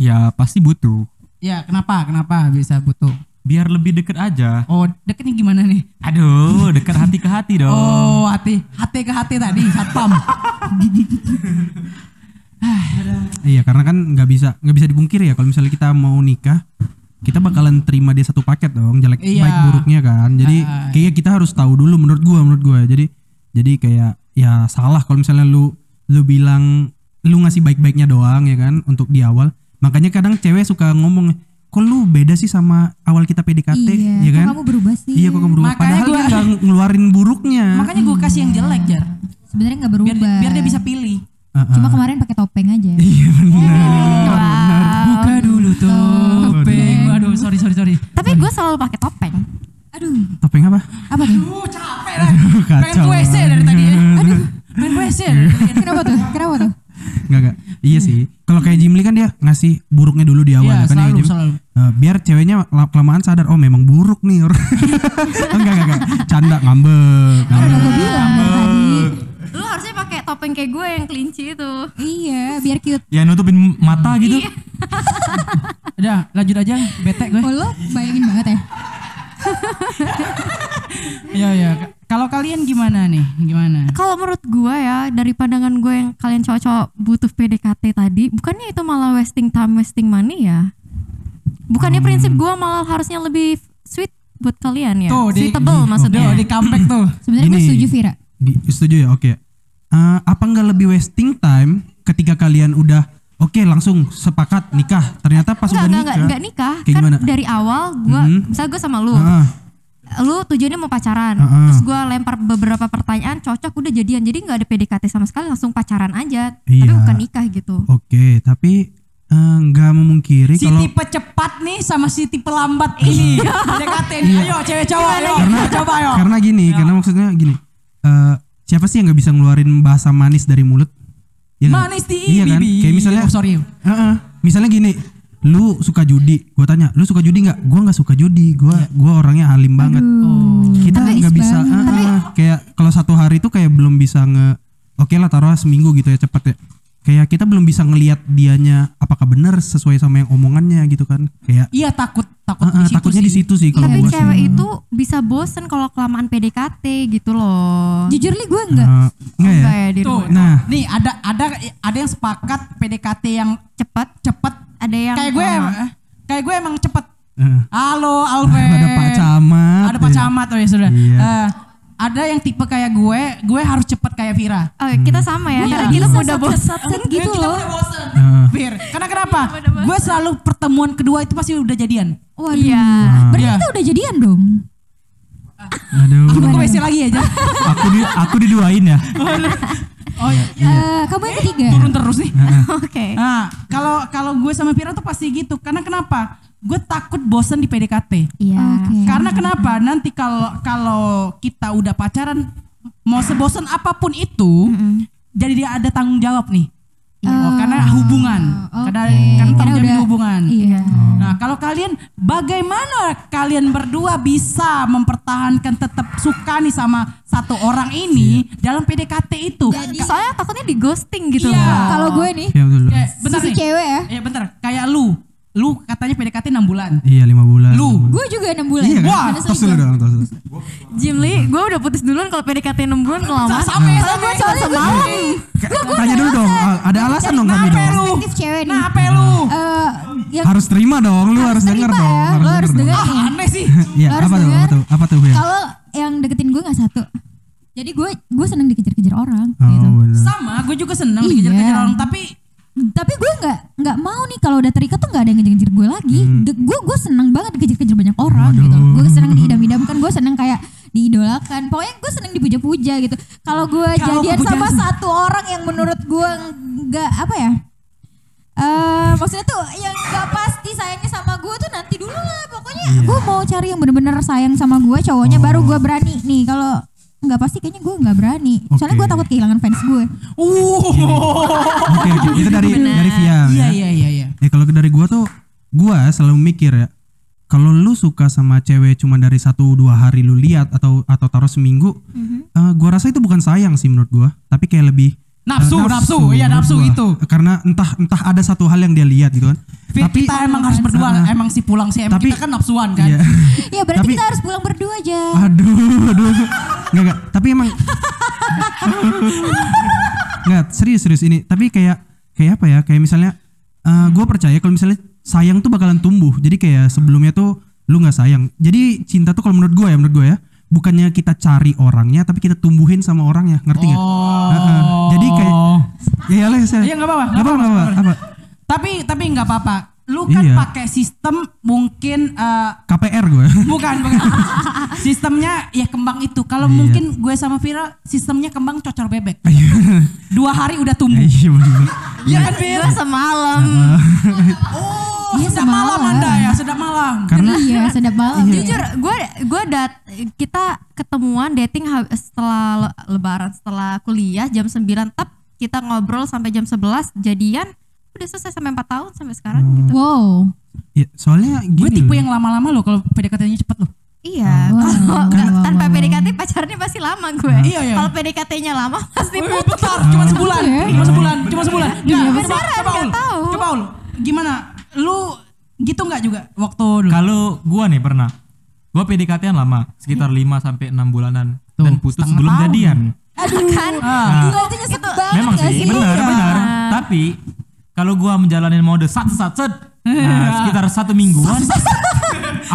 Speaker 3: Ya pasti butuh.
Speaker 2: Ya kenapa? Kenapa bisa butuh?
Speaker 3: biar lebih deket aja
Speaker 2: Oh deketnya gimana nih?
Speaker 3: aduh deket hati ke hati dong
Speaker 2: Oh hati, hati ke hati tadi satpam.
Speaker 4: Iya karena kan nggak bisa nggak bisa dipungkir ya kalau misalnya kita mau nikah kita bakalan terima dia satu paket dong jelek
Speaker 2: Iya.
Speaker 4: baik buruknya kan jadi
Speaker 2: Ah.
Speaker 4: kayaknya kita harus tahu dulu menurut gua menurut gua ya. jadi jadi kayak ya salah kalau misalnya lu lu bilang lu ngasih baik-baiknya doang ya kan untuk di awal makanya kadang cewek suka ngomong kok lu beda sih sama awal kita PDKT
Speaker 5: Iya,
Speaker 4: ya
Speaker 5: kok
Speaker 4: kan
Speaker 5: kamu berubah sih?
Speaker 4: iya kok kamu berubah
Speaker 2: Makanya
Speaker 4: padahal
Speaker 2: gua-
Speaker 4: dia nggak ngeluarin buruknya
Speaker 2: Makanya gue kasih yang jelek jar.
Speaker 5: Sebenarnya nggak
Speaker 2: Biar,
Speaker 5: berubah.
Speaker 2: biar dia bisa pilih.
Speaker 4: Ah, ah.
Speaker 5: Cuma kemarin pakai topeng aja.
Speaker 4: iya benar
Speaker 2: Buka dulu topeng. Aduh sorry sorry sorry.
Speaker 1: Tapi gue selalu pakai topeng.
Speaker 5: Aduh,
Speaker 4: topeng apa
Speaker 5: apa tuh?
Speaker 2: Aduh capek lah. Pengen
Speaker 4: kacau.
Speaker 2: ke WC dari tadi. ya. Aduh pengen ke WC. dari tadi.
Speaker 5: Kenapa tuh? Kenapa tuh?
Speaker 4: Enggak, enggak. Iya sih. Kalau kayak Jimli kan dia ngasih buruknya dulu di awal
Speaker 2: Iya,
Speaker 4: ya kan ya,
Speaker 2: selalu,
Speaker 4: Jim?
Speaker 2: selalu.
Speaker 4: Nah, biar ceweknya la- kelamaan sadar oh memang buruk nih. orang. enggak, enggak, enggak. Canda ngambek.
Speaker 5: Kan
Speaker 4: ngambek.
Speaker 5: udah gue bilang dari tadi.
Speaker 1: Lu harusnya pakai topeng kayak gue yang kelinci itu.
Speaker 5: Iya, biar cute.
Speaker 3: ya nutupin mata gitu
Speaker 2: Udah lanjut aja bete Eh, gue.
Speaker 5: Oh, lo bayangin banget ya.
Speaker 2: Iya iya. Kalau kalian gimana nih? Gimana?
Speaker 1: Kalau menurut gue ya dari pandangan gue yang kalian cowok-cowok butuh PDKT tadi, bukannya itu malah wasting time, wasting money ya? Bukannya prinsip gue malah harusnya lebih sweet buat kalian ya?
Speaker 2: Tuh, di-
Speaker 1: Suitable maksudnya.
Speaker 2: Duh, di comeback tuh.
Speaker 5: Sebenarnya gue
Speaker 4: Gini.
Speaker 5: setuju Vira.
Speaker 4: Di- Setuju ya? Oke. Eh, apa enggak lebih wasting time ketika kalian udah oke langsung sepakat nikah. Ternyata pas
Speaker 1: Enggak,
Speaker 4: udah
Speaker 1: enggak,
Speaker 4: nikah.
Speaker 1: enggak, enggak nikah.
Speaker 4: Kayak
Speaker 1: kan
Speaker 4: gimana? Ah.
Speaker 1: dari awal gue,
Speaker 4: Mhm.
Speaker 1: misalnya gue sama lu,
Speaker 4: Heeh.
Speaker 1: lu tujuannya mau pacaran,
Speaker 4: Heeh.
Speaker 1: terus gue lempar beberapa pertanyaan, cocok udah jadian, jadi nggak ada PDKT sama sekali, langsung pacaran aja, tapi
Speaker 4: Iya.
Speaker 1: bukan nikah gitu.
Speaker 4: Oke, tapi eh, enggak memungkiri
Speaker 2: Si
Speaker 4: kalau
Speaker 2: tipe cepat nih sama si tipe lambat ini. PDKT nih. Ayo cewek cowok ayo. coba ayo.
Speaker 4: karena gini, karena maksudnya gini. eh, siapa sih yang nggak bisa ngeluarin bahasa manis dari mulut? Iya nggak?
Speaker 2: Manis di
Speaker 4: Iya kan?
Speaker 2: bibir.
Speaker 4: Kayak misalnya
Speaker 2: Oh, sorry.
Speaker 4: Heeh. Misalnya gini, lu suka judi, gua tanya, lu suka judi nggak? Gua nggak suka judi, gua
Speaker 2: Iya.
Speaker 4: gua orangnya alim banget. Kita nggak bisa, heeh, kayak kalau satu hari itu kayak belum bisa nge, oke lah taruh seminggu gitu ya cepet ya. Kayak kita belum bisa ngelihat dianya apakah benar sesuai sama yang omongannya gitu kan? Kayak
Speaker 2: Iya takut takut di
Speaker 4: heeh,
Speaker 2: situ
Speaker 4: takutnya
Speaker 2: sih.
Speaker 4: di situ sih kalau
Speaker 1: Tapi
Speaker 4: gua sih.
Speaker 1: cewek itu bisa bosen kalau kelamaan PDKT gitu loh.
Speaker 5: Jujur li gue enggak.
Speaker 4: Heeh. Nggak ya?
Speaker 1: Enggak ya diri
Speaker 2: Tuh,
Speaker 1: gue.
Speaker 4: Nah.
Speaker 2: nih ada ada ada yang sepakat PDKT yang
Speaker 1: Cepet,
Speaker 2: cepet.
Speaker 1: ada yang Ah.
Speaker 2: Kayak gue
Speaker 1: lama.
Speaker 2: kayak gue emang cepet.
Speaker 4: Heeh.
Speaker 2: Halo Alfred.
Speaker 4: Eh, kan Ada Pak Camat.
Speaker 2: Hmm. Ada Pak
Speaker 4: ya.
Speaker 2: Camat oh ya sudah.
Speaker 4: Iya.
Speaker 2: Eh, ada yang tipe kayak gue, gue harus cepet kayak Vira.
Speaker 1: Oh, kita sama ya, karena
Speaker 5: Iya.
Speaker 1: kita udah bosen.
Speaker 5: Set gitu
Speaker 2: kita
Speaker 5: loh.
Speaker 2: udah bosen.
Speaker 4: Heeh.
Speaker 2: Fir, karena kenapa? Gue selalu pertemuan kedua itu pasti udah jadian.
Speaker 5: Waduh.
Speaker 1: Iya.
Speaker 5: Berarti
Speaker 2: Iya.
Speaker 5: kita udah jadian dong.
Speaker 4: Aduh.
Speaker 2: Aku ke WC lagi aja.
Speaker 4: aku di aku diduain ya.
Speaker 2: oh iya.
Speaker 5: Eh, kamu yang ketiga.
Speaker 2: Turun terus nih.
Speaker 4: Ah.
Speaker 1: Oke.
Speaker 2: Nah, kalau kalau gue sama Vira tuh pasti gitu. Karena kenapa? Gue takut bosen di PDKT.
Speaker 1: Iya.
Speaker 5: Oke.
Speaker 2: Karena kenapa? Nanti kalau kalau kita udah pacaran, mau sebosen apapun itu,
Speaker 5: Hmm.
Speaker 2: jadi dia ada tanggung jawab nih. Oh, karena hubungan.
Speaker 5: Ah,
Speaker 2: Karena karena
Speaker 5: Karena
Speaker 2: tanggung jawab
Speaker 5: udah-
Speaker 2: di hubungan.
Speaker 5: Iya.
Speaker 2: Nah, kalau kalian bagaimana kalian berdua bisa mempertahankan tetap suka nih sama satu orang ini dalam PDKT itu?
Speaker 1: Soalnya takutnya di ghosting gitu
Speaker 2: Iya.
Speaker 1: loh.
Speaker 5: Kalau gue nih,
Speaker 4: Ya betul.
Speaker 2: Kayak- bentar
Speaker 5: sisi
Speaker 2: nih.
Speaker 5: cewek ya.
Speaker 2: Eh, bentar. Kayak lu. Lu katanya PDKT 6 bulan.
Speaker 4: Iya lima bulan.
Speaker 2: Lu.
Speaker 5: Gue juga 6 bulan.
Speaker 4: Iya kan?
Speaker 2: Wah,
Speaker 5: Karena
Speaker 4: tos
Speaker 5: selingkuh.
Speaker 4: dulu dong, tos dulu.
Speaker 1: Jimli, gue udah putus duluan kalau PDKT 6 bulan
Speaker 2: Sa-
Speaker 1: kelamaan.
Speaker 2: Sampai sampai
Speaker 5: Gue soalnya semalam.
Speaker 4: Ka- Tanya dulu dong, al- ada alasan dong kami
Speaker 2: Kenapa
Speaker 4: dong.
Speaker 2: lu?
Speaker 5: Perspektif cewek nih.
Speaker 2: Kenapa lu?
Speaker 5: Eh, yang
Speaker 4: Harus terima dong, lu harus denger
Speaker 5: terima
Speaker 4: dong.
Speaker 5: ya. Lo harus
Speaker 4: denger
Speaker 5: dengar nih.
Speaker 4: dong.
Speaker 2: Ah, aneh sih.
Speaker 4: Iya,
Speaker 5: Lo harus
Speaker 4: apa tuh? Apa
Speaker 5: denger.
Speaker 4: tuh? Apa tuh? Huya?
Speaker 5: Kalau yang deketin gue nggak satu. Jadi gue gue seneng dikejar-kejar orang
Speaker 4: Oh,
Speaker 5: gitu.
Speaker 4: benar.
Speaker 2: Sama, gue juga seneng
Speaker 5: Iya.
Speaker 2: dikejar-kejar orang, tapi
Speaker 5: Tapi gue nggak nggak mau nih kalau udah terikat tuh nggak ada yang ngejar-ngejar gue lagi.
Speaker 4: Hmm.
Speaker 5: De- gue gue seneng banget dikejar-kejar banyak orang gitu. Gue seneng diidam-idamkan, gue seneng kayak diidolakan. Pokoknya gue seneng dipuja-puja gitu. Kalau gue
Speaker 2: Kalau
Speaker 5: jadian
Speaker 2: kepujaan
Speaker 5: sama
Speaker 2: sen-
Speaker 5: satu orang yang menurut gue nggak apa ya? Eh maksudnya tuh yang nggak pasti sayangnya sama gue tuh nanti dulu lah. Pokoknya
Speaker 4: Iya.
Speaker 5: gue mau cari yang bener-bener sayang sama gue cowoknya
Speaker 4: Oh.
Speaker 5: baru gue berani nih. Kalau nggak pasti kayaknya gue nggak berani. Soalnya
Speaker 4: Oke.
Speaker 5: gue takut kehilangan fans gue.
Speaker 2: uh.
Speaker 4: Oke, oke. Itu dari dari Iya. Via.
Speaker 2: Iya,
Speaker 4: ya.
Speaker 2: iya, iya, iya.
Speaker 4: Eh kalau dari gua tuh gua selalu mikir ya. Kalau lu suka sama cewek cuma dari satu dua hari lu lihat atau atau taruh seminggu, eh, gua rasa itu bukan sayang sih menurut gua, tapi kayak lebih
Speaker 2: Nafsu, nafsu, iya
Speaker 4: menurut
Speaker 2: nafsu
Speaker 4: gua.
Speaker 2: itu.
Speaker 4: Karena entah entah ada satu hal yang dia lihat gitu kan.
Speaker 2: Fit,
Speaker 4: tapi
Speaker 2: kita emang harus berdua, emang si pulang si emang
Speaker 4: Tapi-
Speaker 2: kita kan nafsuan kan.
Speaker 4: Iya.
Speaker 5: Iya berarti
Speaker 4: Tapi-
Speaker 5: kita harus pulang berdua aja.
Speaker 4: Aduh, aduh. Enggak, enggak. Tapi emang Enggak, serius serius ini. Tapi kayak kayak apa ya? Kayak misalnya eh gue percaya kalau misalnya sayang tuh bakalan tumbuh. Jadi kayak sebelumnya tuh lu nggak sayang. Jadi cinta tuh kalau menurut gue ya, menurut gue ya, bukannya kita cari orangnya tapi kita tumbuhin sama orangnya, ngerti nggak? Heeh. Jadi kayak Ya iyalah, saya.
Speaker 2: Oh. Iya, nggak apa-apa,
Speaker 4: Nggak
Speaker 2: nggak
Speaker 4: apa-apa, nggak apa-apa. Apa?
Speaker 2: Tapi tapi nggak apa-apa. Lu kan
Speaker 4: Iya.
Speaker 2: pakai sistem mungkin eh,
Speaker 4: KPR gue.
Speaker 2: bukan bukan. sistemnya ya kembang itu. Kalau
Speaker 4: Iya.
Speaker 2: mungkin gue sama Vira sistemnya kembang cocor bebek. Dua hari udah tumbuh.
Speaker 4: Iya bener.
Speaker 2: Iya kan Vir?
Speaker 1: Gue semalam.
Speaker 2: Oh,
Speaker 5: Iya,
Speaker 2: sedap
Speaker 5: semalam.
Speaker 2: malam Anda ya, sedap malam.
Speaker 4: Karena
Speaker 5: iya sedap banget.
Speaker 1: Jujur, gue gue dat kita ketemuan dating hab- setelah le- lebaran, setelah kuliah jam 9 tep kita ngobrol sampai jam 11 jadian udah selesai sampai 4 tahun sampai sekarang gitu.
Speaker 5: Wow.
Speaker 4: ya, soalnya gini.
Speaker 2: Gue tipe
Speaker 4: loh.
Speaker 2: yang lama-lama loh kalau PDKT-nya cepet loh.
Speaker 1: Iya,
Speaker 5: Wow.
Speaker 1: kalau
Speaker 5: Wow,
Speaker 1: nggak-
Speaker 5: wow,
Speaker 1: tanpa
Speaker 5: wow.
Speaker 1: PDKT pacarnya pasti lama gue.
Speaker 2: Iya, Oh, iya.
Speaker 1: Kalau PDKT-nya lama pasti
Speaker 2: Wih,
Speaker 1: putus.
Speaker 2: Bentar, cuma sebulan, cuma sebulan, cuma sebulan. Nggak,
Speaker 1: Iya,
Speaker 2: coba-
Speaker 1: beneran,
Speaker 2: coba
Speaker 1: nggak
Speaker 2: Ul.
Speaker 1: tahu.
Speaker 2: Coba Ul, gimana? Lu gitu nggak juga waktu dulu?
Speaker 3: Kalau gua nih pernah, gua PDKT-an lama, sekitar 5 sampai 6 bulanan dan
Speaker 2: Tuh,
Speaker 3: putus
Speaker 2: setengah
Speaker 3: sebelum
Speaker 2: tahun. Iya,
Speaker 3: jadian.
Speaker 1: kan
Speaker 2: Ah.
Speaker 5: Gua aja nyesek banget
Speaker 2: iya,
Speaker 5: Iya.
Speaker 3: Memang
Speaker 5: gak
Speaker 3: sih, benar, benar. Tapi kalau gua menjalani mode sat sat sat, nah, sekitar satu mingguan,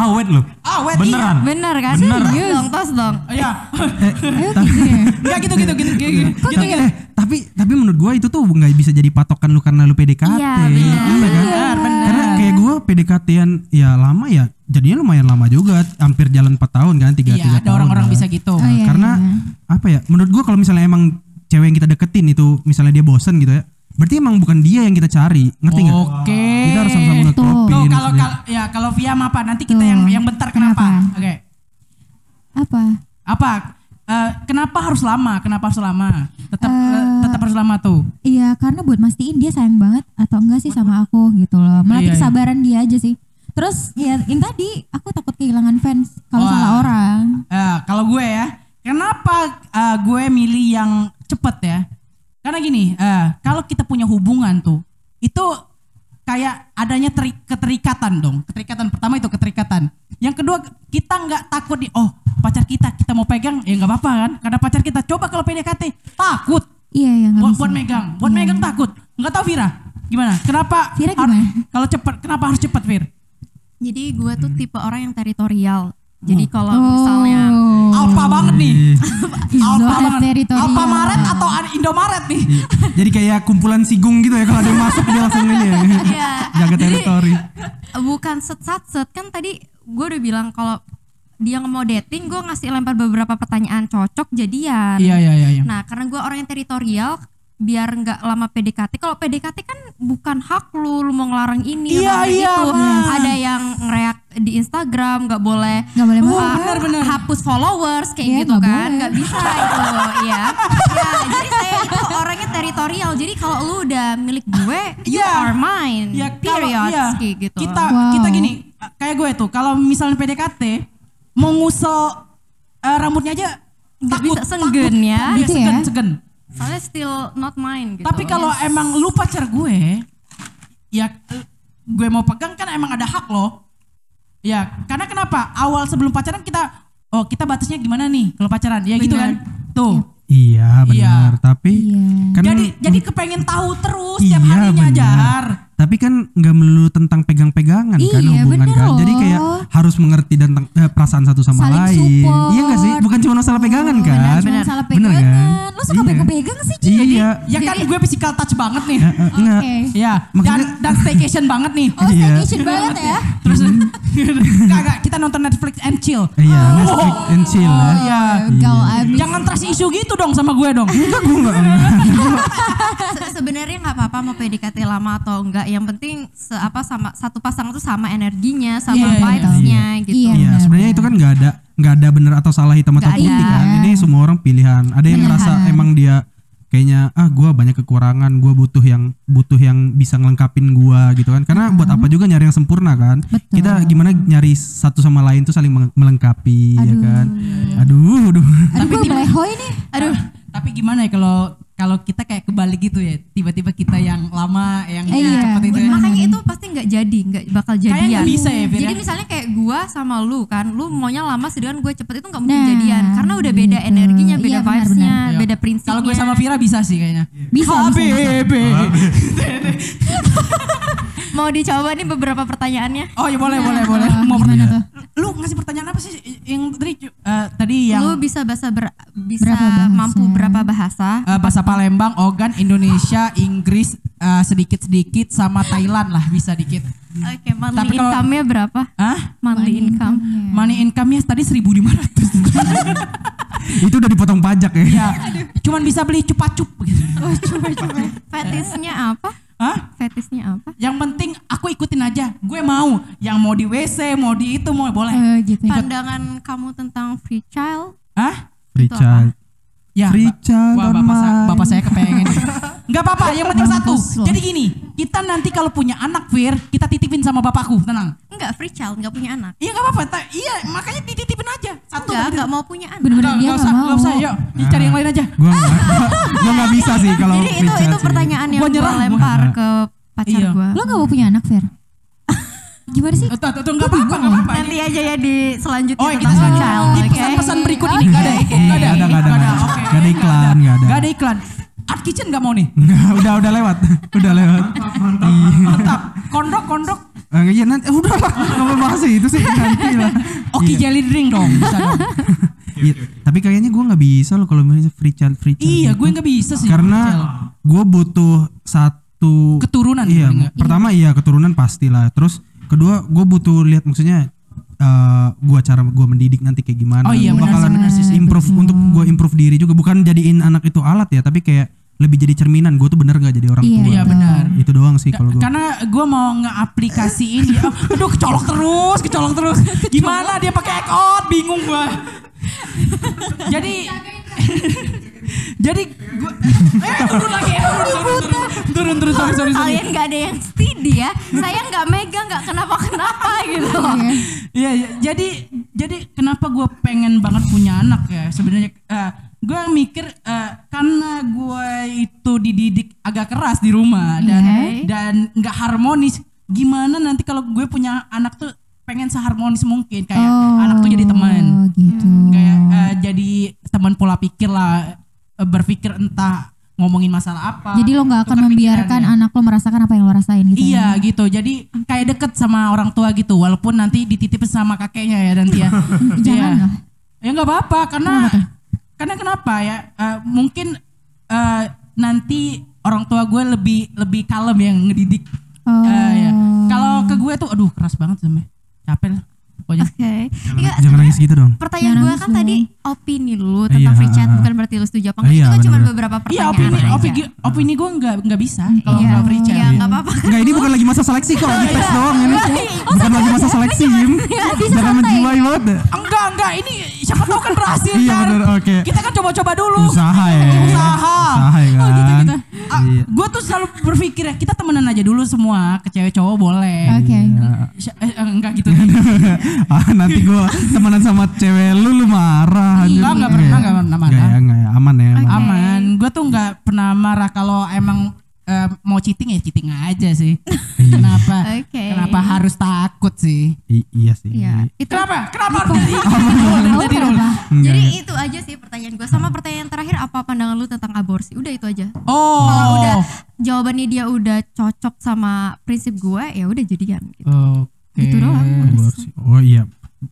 Speaker 3: awet loh.
Speaker 2: Awet, iya.
Speaker 3: beneran.
Speaker 1: bener kan?
Speaker 3: Bener.
Speaker 1: Tos dong, tos dong.
Speaker 2: Oh, Iya.
Speaker 5: Ayo gitu deh.
Speaker 2: Nggak gitu gitu gitu gitu. gitu,
Speaker 4: tapi, eh, tapi tapi menurut gua itu tuh nggak bisa jadi patokan lu karena lu PDKT.
Speaker 1: Iya, benar.
Speaker 4: kan?
Speaker 2: Benar, benar.
Speaker 4: Karena kayak gua PDKT-an ya lama ya jadinya lumayan lama juga, hampir jalan 4 tahun kan, 3
Speaker 2: Iya, ada orang-orang bisa gitu.
Speaker 5: Oh, iya,
Speaker 4: karena
Speaker 5: iya.
Speaker 4: apa ya? Menurut gua kalau misalnya emang cewek yang kita deketin itu misalnya dia bosen gitu ya. Berarti emang bukan dia yang kita cari, ngerti nggak?
Speaker 2: Oke.
Speaker 4: Kita harus sama-sama ngetopin.
Speaker 2: Tuh, kalau
Speaker 4: maksudnya.
Speaker 2: kalau ya kalau Via apa nanti kita
Speaker 5: Tuh.
Speaker 2: yang yang bentar kenapa?
Speaker 5: Kenapa?
Speaker 2: Oke.
Speaker 5: apa?
Speaker 2: Apa? Eh, kenapa harus lama? Kenapa harus lama? Tetap eh, tetap harus lama tuh.
Speaker 5: Iya karena buat mastiin dia sayang banget atau enggak sih sama aku gitu loh.
Speaker 2: Iya, iya.
Speaker 5: Melatih kesabaran dia aja sih. Terus ya yang tadi aku takut kehilangan fans kalau
Speaker 2: Wah.
Speaker 5: salah orang.
Speaker 2: Eh, kalau gue ya, kenapa eh, gue milih yang cepet ya? Karena gini, eh, kalau kita punya hubungan tuh, itu kayak adanya teri- keterikatan dong. Keterikatan pertama itu keterikatan. Yang kedua kita nggak takut di, oh pacar kita kita mau pegang ya nggak apa-apa kan? Karena pacar kita coba kalau PDKT takut
Speaker 5: Iya iya nggak
Speaker 2: buat,
Speaker 5: bisa.
Speaker 2: buat megang, buat megang takut. Nggak tahu Vira gimana? Kenapa?
Speaker 5: Vira
Speaker 2: har-
Speaker 5: gimana?
Speaker 2: Kalau cepet, kenapa harus cepet Vir?
Speaker 1: Jadi gue tuh tipe orang yang teritorial. Jadi kalau misalnya
Speaker 5: Oh.
Speaker 2: Alpha banget nih. Alpha
Speaker 5: Zona
Speaker 2: banget.
Speaker 5: teritorial.
Speaker 2: Alpha Maret
Speaker 1: Nah.
Speaker 2: atau ada- Indomaret nih.
Speaker 4: Jadi kayak kumpulan sigung gitu ya kalau ada yang masuk dia langsung ini ya.
Speaker 1: Iya.
Speaker 4: Jaga
Speaker 1: Jadi,
Speaker 4: teritori.
Speaker 1: bukan set sat set kan tadi gue udah bilang kalau dia nggak mau dating gue ngasih lempar beberapa pertanyaan cocok jadian
Speaker 2: Iya iya iya. iya.
Speaker 1: nah karena gue orang yang teritorial biar nggak lama PDKT kalau PDKT kan bukan hak lu lu mau ngelarang ini lu
Speaker 2: Iya,
Speaker 1: mau ngelarang
Speaker 2: iya,
Speaker 1: itu
Speaker 2: Mas.
Speaker 1: ada yang ngereak di Instagram nggak boleh
Speaker 5: Nggak boleh
Speaker 1: uh,
Speaker 5: masuk.
Speaker 2: Bener, bener.
Speaker 1: hapus followers kayak
Speaker 5: Iya,
Speaker 1: gitu
Speaker 5: nggak
Speaker 1: kan
Speaker 5: boleh.
Speaker 1: nggak bisa itu ya ya jadi saya itu orangnya teritorial jadi kalau lu udah milik gue you
Speaker 2: Iya.
Speaker 1: are mine
Speaker 2: Ya, kalau-
Speaker 1: period
Speaker 2: iya.
Speaker 1: kayak gitu
Speaker 2: Kita
Speaker 5: Wow.
Speaker 2: kita gini, kayak gue tuh kalau misalnya PDKT mau ngusel eh, rambutnya aja
Speaker 1: Nggak
Speaker 2: takut,
Speaker 1: bisa, senggen
Speaker 2: takut.
Speaker 1: ya.
Speaker 2: Iya,
Speaker 5: Gitu
Speaker 2: segen,
Speaker 5: ya.
Speaker 2: segen.
Speaker 1: soalnya still not mine gitu
Speaker 2: Tapi kalau emang lu pacar gue, ya eh, gue mau pegang kan emang ada hak loh. Ya, karena kenapa? Awal sebelum pacaran kita oh kita batasnya gimana nih kalau pacaran? Ya gitu kan.
Speaker 1: Benar.
Speaker 2: Tuh.
Speaker 4: Iya benar, tapi
Speaker 5: Iya.
Speaker 4: kan iya,
Speaker 2: jadi jadi kepengen tahu terus tiap harinya
Speaker 4: benar.
Speaker 2: Jar.
Speaker 4: Tapi kan nggak melulu tentang pegang-pegangan kan
Speaker 5: Iya,
Speaker 4: hubungan
Speaker 5: bener
Speaker 4: kan. Jadi
Speaker 5: loh.
Speaker 4: kayak harus mengerti dan tentang- eh, perasaan satu sama
Speaker 5: Saling
Speaker 4: lain.
Speaker 5: support. Oh,
Speaker 4: Iya nggak sih? Bukan cuma masalah pegangan kan?
Speaker 5: Jangan salah pegangan. Lu suka
Speaker 4: Iya.
Speaker 5: pegang-pegang sih Ji.
Speaker 4: Iya.
Speaker 2: Ya kan gue physical touch banget nih.
Speaker 4: Eh, eh, Enggak.
Speaker 5: Oke.
Speaker 2: Ya,
Speaker 4: Maksudnya-
Speaker 2: dan dan staycation banget nih.
Speaker 5: Oh
Speaker 4: Iya.
Speaker 5: staycation banget ya.
Speaker 2: Terus kagak kita nonton Netflix and chill.
Speaker 4: Iya,
Speaker 5: Oh.
Speaker 4: Netflix and chill ya.
Speaker 2: Iya.
Speaker 5: Gaul abis.
Speaker 2: Jangan trust isu gitu dong sama gue dong.
Speaker 4: Enggak, gue enggak.
Speaker 1: Se- sebenarnya nggak apa-apa mau PDKT lama atau enggak yang penting se- apa sama satu pasangan tuh sama energinya
Speaker 2: Iya,
Speaker 1: sama
Speaker 2: iya.
Speaker 1: vibes-nya gitu
Speaker 5: Iya.
Speaker 4: Iya,
Speaker 5: benar,
Speaker 4: sebenarnya itu kan nggak ada nggak ada bener atau salah hitam atau
Speaker 1: Nggak ada.
Speaker 4: putih kan. Ini semua orang pilihan. Ada yang merasa emang dia kayaknya ah gua banyak kekurangan, gua butuh yang butuh yang bisa ngelengkapin gua gitu kan. Karena buat apa juga nyari yang sempurna kan?
Speaker 5: Betul.
Speaker 4: Kita gimana nyari satu sama lain tuh saling meng- melengkapi ya kan. Aduh, aduh.
Speaker 5: Aduh gue melehoi nih.
Speaker 2: Aduh. Tapi gimana ya kalau kalau kita kayak kebalik gitu ya tiba-tiba kita yang lama yang
Speaker 5: Eh, iya.
Speaker 2: cepet itu ya.
Speaker 5: Benar.
Speaker 1: makanya itu pasti nggak jadi nggak bakal jadian
Speaker 2: nggak bisa ya, Fir,
Speaker 1: jadi
Speaker 2: ya?
Speaker 1: misalnya kayak gua sama lu kan lu maunya lama sedangkan gue cepet itu nggak mungkin
Speaker 5: Nah,
Speaker 1: jadian karena udah beda
Speaker 5: gitu.
Speaker 1: energinya beda
Speaker 5: Iya, benar,
Speaker 1: vibesnya
Speaker 2: Iya.
Speaker 1: beda prinsipnya
Speaker 2: kalau gue sama Vira bisa sih kayaknya
Speaker 5: ya.
Speaker 2: Oh,
Speaker 5: Bisa, bisa, bisa.
Speaker 2: HBB.
Speaker 1: mau dicoba nih beberapa pertanyaannya
Speaker 2: oh ya
Speaker 5: Iya.
Speaker 2: boleh boleh boleh mau
Speaker 4: Iya.
Speaker 2: pertanyaan lu ngasih pertanyaan apa sih yang tadi eh, tadi yang
Speaker 1: lu bisa bahasa ber- bisa
Speaker 5: Berapa bahasa?
Speaker 1: mampu berapa bahasa
Speaker 2: Eh, bahasa Palembang, Ogan, Indonesia, Inggris eh, sedikit-sedikit sama Thailand lah bisa dikit.
Speaker 1: oke monthly
Speaker 2: Tapi kalau-
Speaker 1: income-nya berapa
Speaker 2: Hah?
Speaker 1: monthly income
Speaker 2: Money income-nya tadi 1500.
Speaker 4: Itu udah dipotong pajak ya.
Speaker 2: ya, cuman bisa beli cupa-cup gitu.
Speaker 1: fetisnya apa
Speaker 2: Hah?
Speaker 1: fetisnya Eh. apa
Speaker 2: Yang penting aku ikutin aja. Gue mau yang mau di WC, mau di itu mau boleh.
Speaker 5: Eh, gitu ya.
Speaker 1: pandangan kamu tentang free child
Speaker 2: Hah?
Speaker 4: Richard.
Speaker 2: Ya. Ba-
Speaker 4: Richard
Speaker 2: Wah, bapak, sa-
Speaker 4: Online.
Speaker 2: bapak saya kepengen. Enggak apa-apa, yang penting satu.
Speaker 5: Mampus loh.
Speaker 2: Jadi gini, kita nanti kalau punya anak, Fir, kita titipin sama bapakku, tenang.
Speaker 1: enggak free child enggak punya anak
Speaker 2: Iya nggak apa-apa, ta- iya makanya dititipin aja. Satu
Speaker 1: enggak enggak mau punya anak
Speaker 5: Bener-bener
Speaker 2: Nggak,
Speaker 5: dia nggak
Speaker 2: nggak usah,
Speaker 5: mau.
Speaker 2: nggak usah, yuk. Dicari yang lain aja.
Speaker 4: Gua enggak. gua enggak bisa sih kalau
Speaker 1: Jadi itu
Speaker 4: Richard
Speaker 1: itu
Speaker 4: sih.
Speaker 1: pertanyaan yang
Speaker 2: Gua
Speaker 1: gue
Speaker 2: nyerah, gua.
Speaker 1: lempar ke pacar
Speaker 2: Iya.
Speaker 1: gua.
Speaker 5: Lo gak mau punya anak, Fer? Oh, Gimana sih?
Speaker 2: Eh, Tuh, tuh, tuh, nggak apa-apa, nggak apa-apa.
Speaker 1: Nanti aja ya di selanjutnya
Speaker 2: Oh, ya, kita
Speaker 1: tentang
Speaker 2: selanjutnya.
Speaker 1: child,
Speaker 2: Di
Speaker 1: oke?
Speaker 2: pesan-pesan berikut ini nggak ada, nggak ada,
Speaker 4: Nggak ada, nggak ada,
Speaker 2: nggak ada.
Speaker 4: nggak ada.
Speaker 2: Oke.
Speaker 4: Nggak ada iklan, nggak ada.
Speaker 2: Nggak ada iklan. Art Kitchen nggak mau nih.
Speaker 4: Nggak, udah udah lewat. Udah lewat. Iya.
Speaker 2: Mantap. Kondok, kondok.
Speaker 4: Eh, Iya nanti eh, udah lah. Kenapa bahas itu sih nanti
Speaker 2: iya,
Speaker 4: lah.
Speaker 2: Oke,
Speaker 4: Iya.
Speaker 2: jelly drink dong. bisa dong.
Speaker 4: Iya, tapi kayaknya gue nggak bisa loh kalau misalnya free child free child.
Speaker 2: Iya,
Speaker 4: gitu.
Speaker 2: gue nggak bisa sih.
Speaker 4: karena gue butuh satu
Speaker 2: Keturunan, ya?
Speaker 4: Iya,
Speaker 2: bener nggak?
Speaker 4: pertama iya keturunan pastilah. Terus kedua gue butuh lihat maksudnya eh gue cara gue mendidik nanti kayak gimana.
Speaker 2: Oh iya, benar
Speaker 4: Gua
Speaker 2: sih,
Speaker 4: bakalan
Speaker 2: benar sih, Hmm. sih.
Speaker 4: improve untuk gue improve diri juga. Bukan jadiin anak itu alat ya, tapi kayak lebih jadi cerminan. Gue tuh bener nggak jadi orang
Speaker 5: Iya,
Speaker 4: tua.
Speaker 2: Iya, benar.
Speaker 4: Itu doang sih kalau gue.
Speaker 2: Karena gue mau ngeaplikasiin ya. Aduh kecolok terus, kecolok terus. Gimana dia pakai egg out? Bingung gue. jadi jadi gue eh turun lagi eh, turun turun turun turun sorry sorry
Speaker 5: Oh,
Speaker 2: sorry
Speaker 5: iya.
Speaker 1: Kalian nggak ada yang steady ya. Saya nggak megang, nggak kenapa-kenapa gitu.
Speaker 2: Iya, iya. jadi jadi kenapa gue pengen banget punya anak ya sebenarnya gue mikir eh, karena gue itu dididik agak keras di rumah dan
Speaker 1: Oke.
Speaker 2: dan nggak harmonis gimana nanti kalau gue punya anak tuh pengen seharmonis mungkin kayak anak tuh jadi
Speaker 5: Oh,
Speaker 2: teman
Speaker 5: gitu.
Speaker 2: kayak eh, jadi teman pola pikir lah eh, berpikir entah ngomongin masalah apa
Speaker 5: Jadi lo gak akan
Speaker 2: tukar
Speaker 5: membiarkan
Speaker 2: pikiran, ya.
Speaker 5: anak lo merasakan apa yang lo rasain gitu ya?
Speaker 2: Iya gitu, jadi kayak deket sama orang tua gitu, walaupun nanti dititip sama kakeknya ya nanti ya. Iya.
Speaker 5: Jangan lah.
Speaker 2: Ya nggak apa-apa, karena karena kenapa ya? eh, mungkin eh, nanti orang tua gue lebih lebih kalem yang ngedidik.
Speaker 5: Oh.
Speaker 2: Eh, ya. Kalau ke gue tuh, aduh keras banget sampai capek lah. Pokoknya.
Speaker 1: Oke. Iya,
Speaker 4: Jangan nangis gitu dong.
Speaker 5: Jangan
Speaker 1: Pertanyaan gue kan
Speaker 5: langsung.
Speaker 1: tadi opini lu
Speaker 4: Iya,
Speaker 1: tentang free chat
Speaker 4: ah, ah.
Speaker 1: bukan berarti lu setuju apa enggak.
Speaker 4: Iya,
Speaker 1: itu kan cuma
Speaker 4: benar-benar.
Speaker 1: beberapa
Speaker 2: Iya opini
Speaker 1: pertanyaan. aja.
Speaker 2: opini opini gue nggak nggak bisa kalau
Speaker 1: Iya.
Speaker 2: nggak free
Speaker 1: Iya,
Speaker 2: chat.
Speaker 1: nggak apa-apa.
Speaker 4: Enggak, ini bukan lagi masa seleksi kok, lagi tes doang ini. Bukan lagi masa seleksi, Jim. Jangan menjiwai banget. deh.
Speaker 2: Enggak enggak ini siapa tahu kan berhasil
Speaker 4: Iya,
Speaker 2: kan.
Speaker 4: bener, oke.
Speaker 2: Kita kan coba-coba dulu.
Speaker 4: Usaha ya.
Speaker 2: Usaha.
Speaker 4: Usaha ya
Speaker 2: Oh, gitu,
Speaker 4: kan.
Speaker 2: gitu. Ah,
Speaker 4: Iya.
Speaker 2: Gue tuh selalu berpikir ya kita temenan aja dulu semua ke cewek cowok boleh.
Speaker 5: Oke.
Speaker 4: Iya.
Speaker 2: Sya- eh, eh, enggak gitu.
Speaker 4: ah nanti gue temenan sama cewek lu lu marah anjir.
Speaker 2: Enggak, enggak pernah, enggak pernah marah.
Speaker 4: Enggak ya, enggak ya, aman ya. aman.
Speaker 2: Aman. Gue tuh nggak pernah marah kalau emang eh, mau cheating ya cheating aja sih.
Speaker 4: Iya.
Speaker 2: kenapa?
Speaker 1: Oke.
Speaker 2: Kenapa harus takut sih?
Speaker 4: I- iya sih.
Speaker 1: Iya. Itu
Speaker 2: Kenapa? Kenapa harus jadi?
Speaker 5: Oh,
Speaker 2: Dari tadi dulu.
Speaker 4: Enggak,
Speaker 1: Jadi
Speaker 4: enggak.
Speaker 1: itu aja sih pertanyaan gue sama pertanyaan terakhir apa pandangan lu tentang aborsi? Udah itu aja.
Speaker 2: Oh.
Speaker 1: Kalau udah jawabannya dia udah cocok sama prinsip gue, ya udah jadian gitu.
Speaker 2: Oke.
Speaker 1: Gitu doang.
Speaker 4: Aborsi. Oh iya.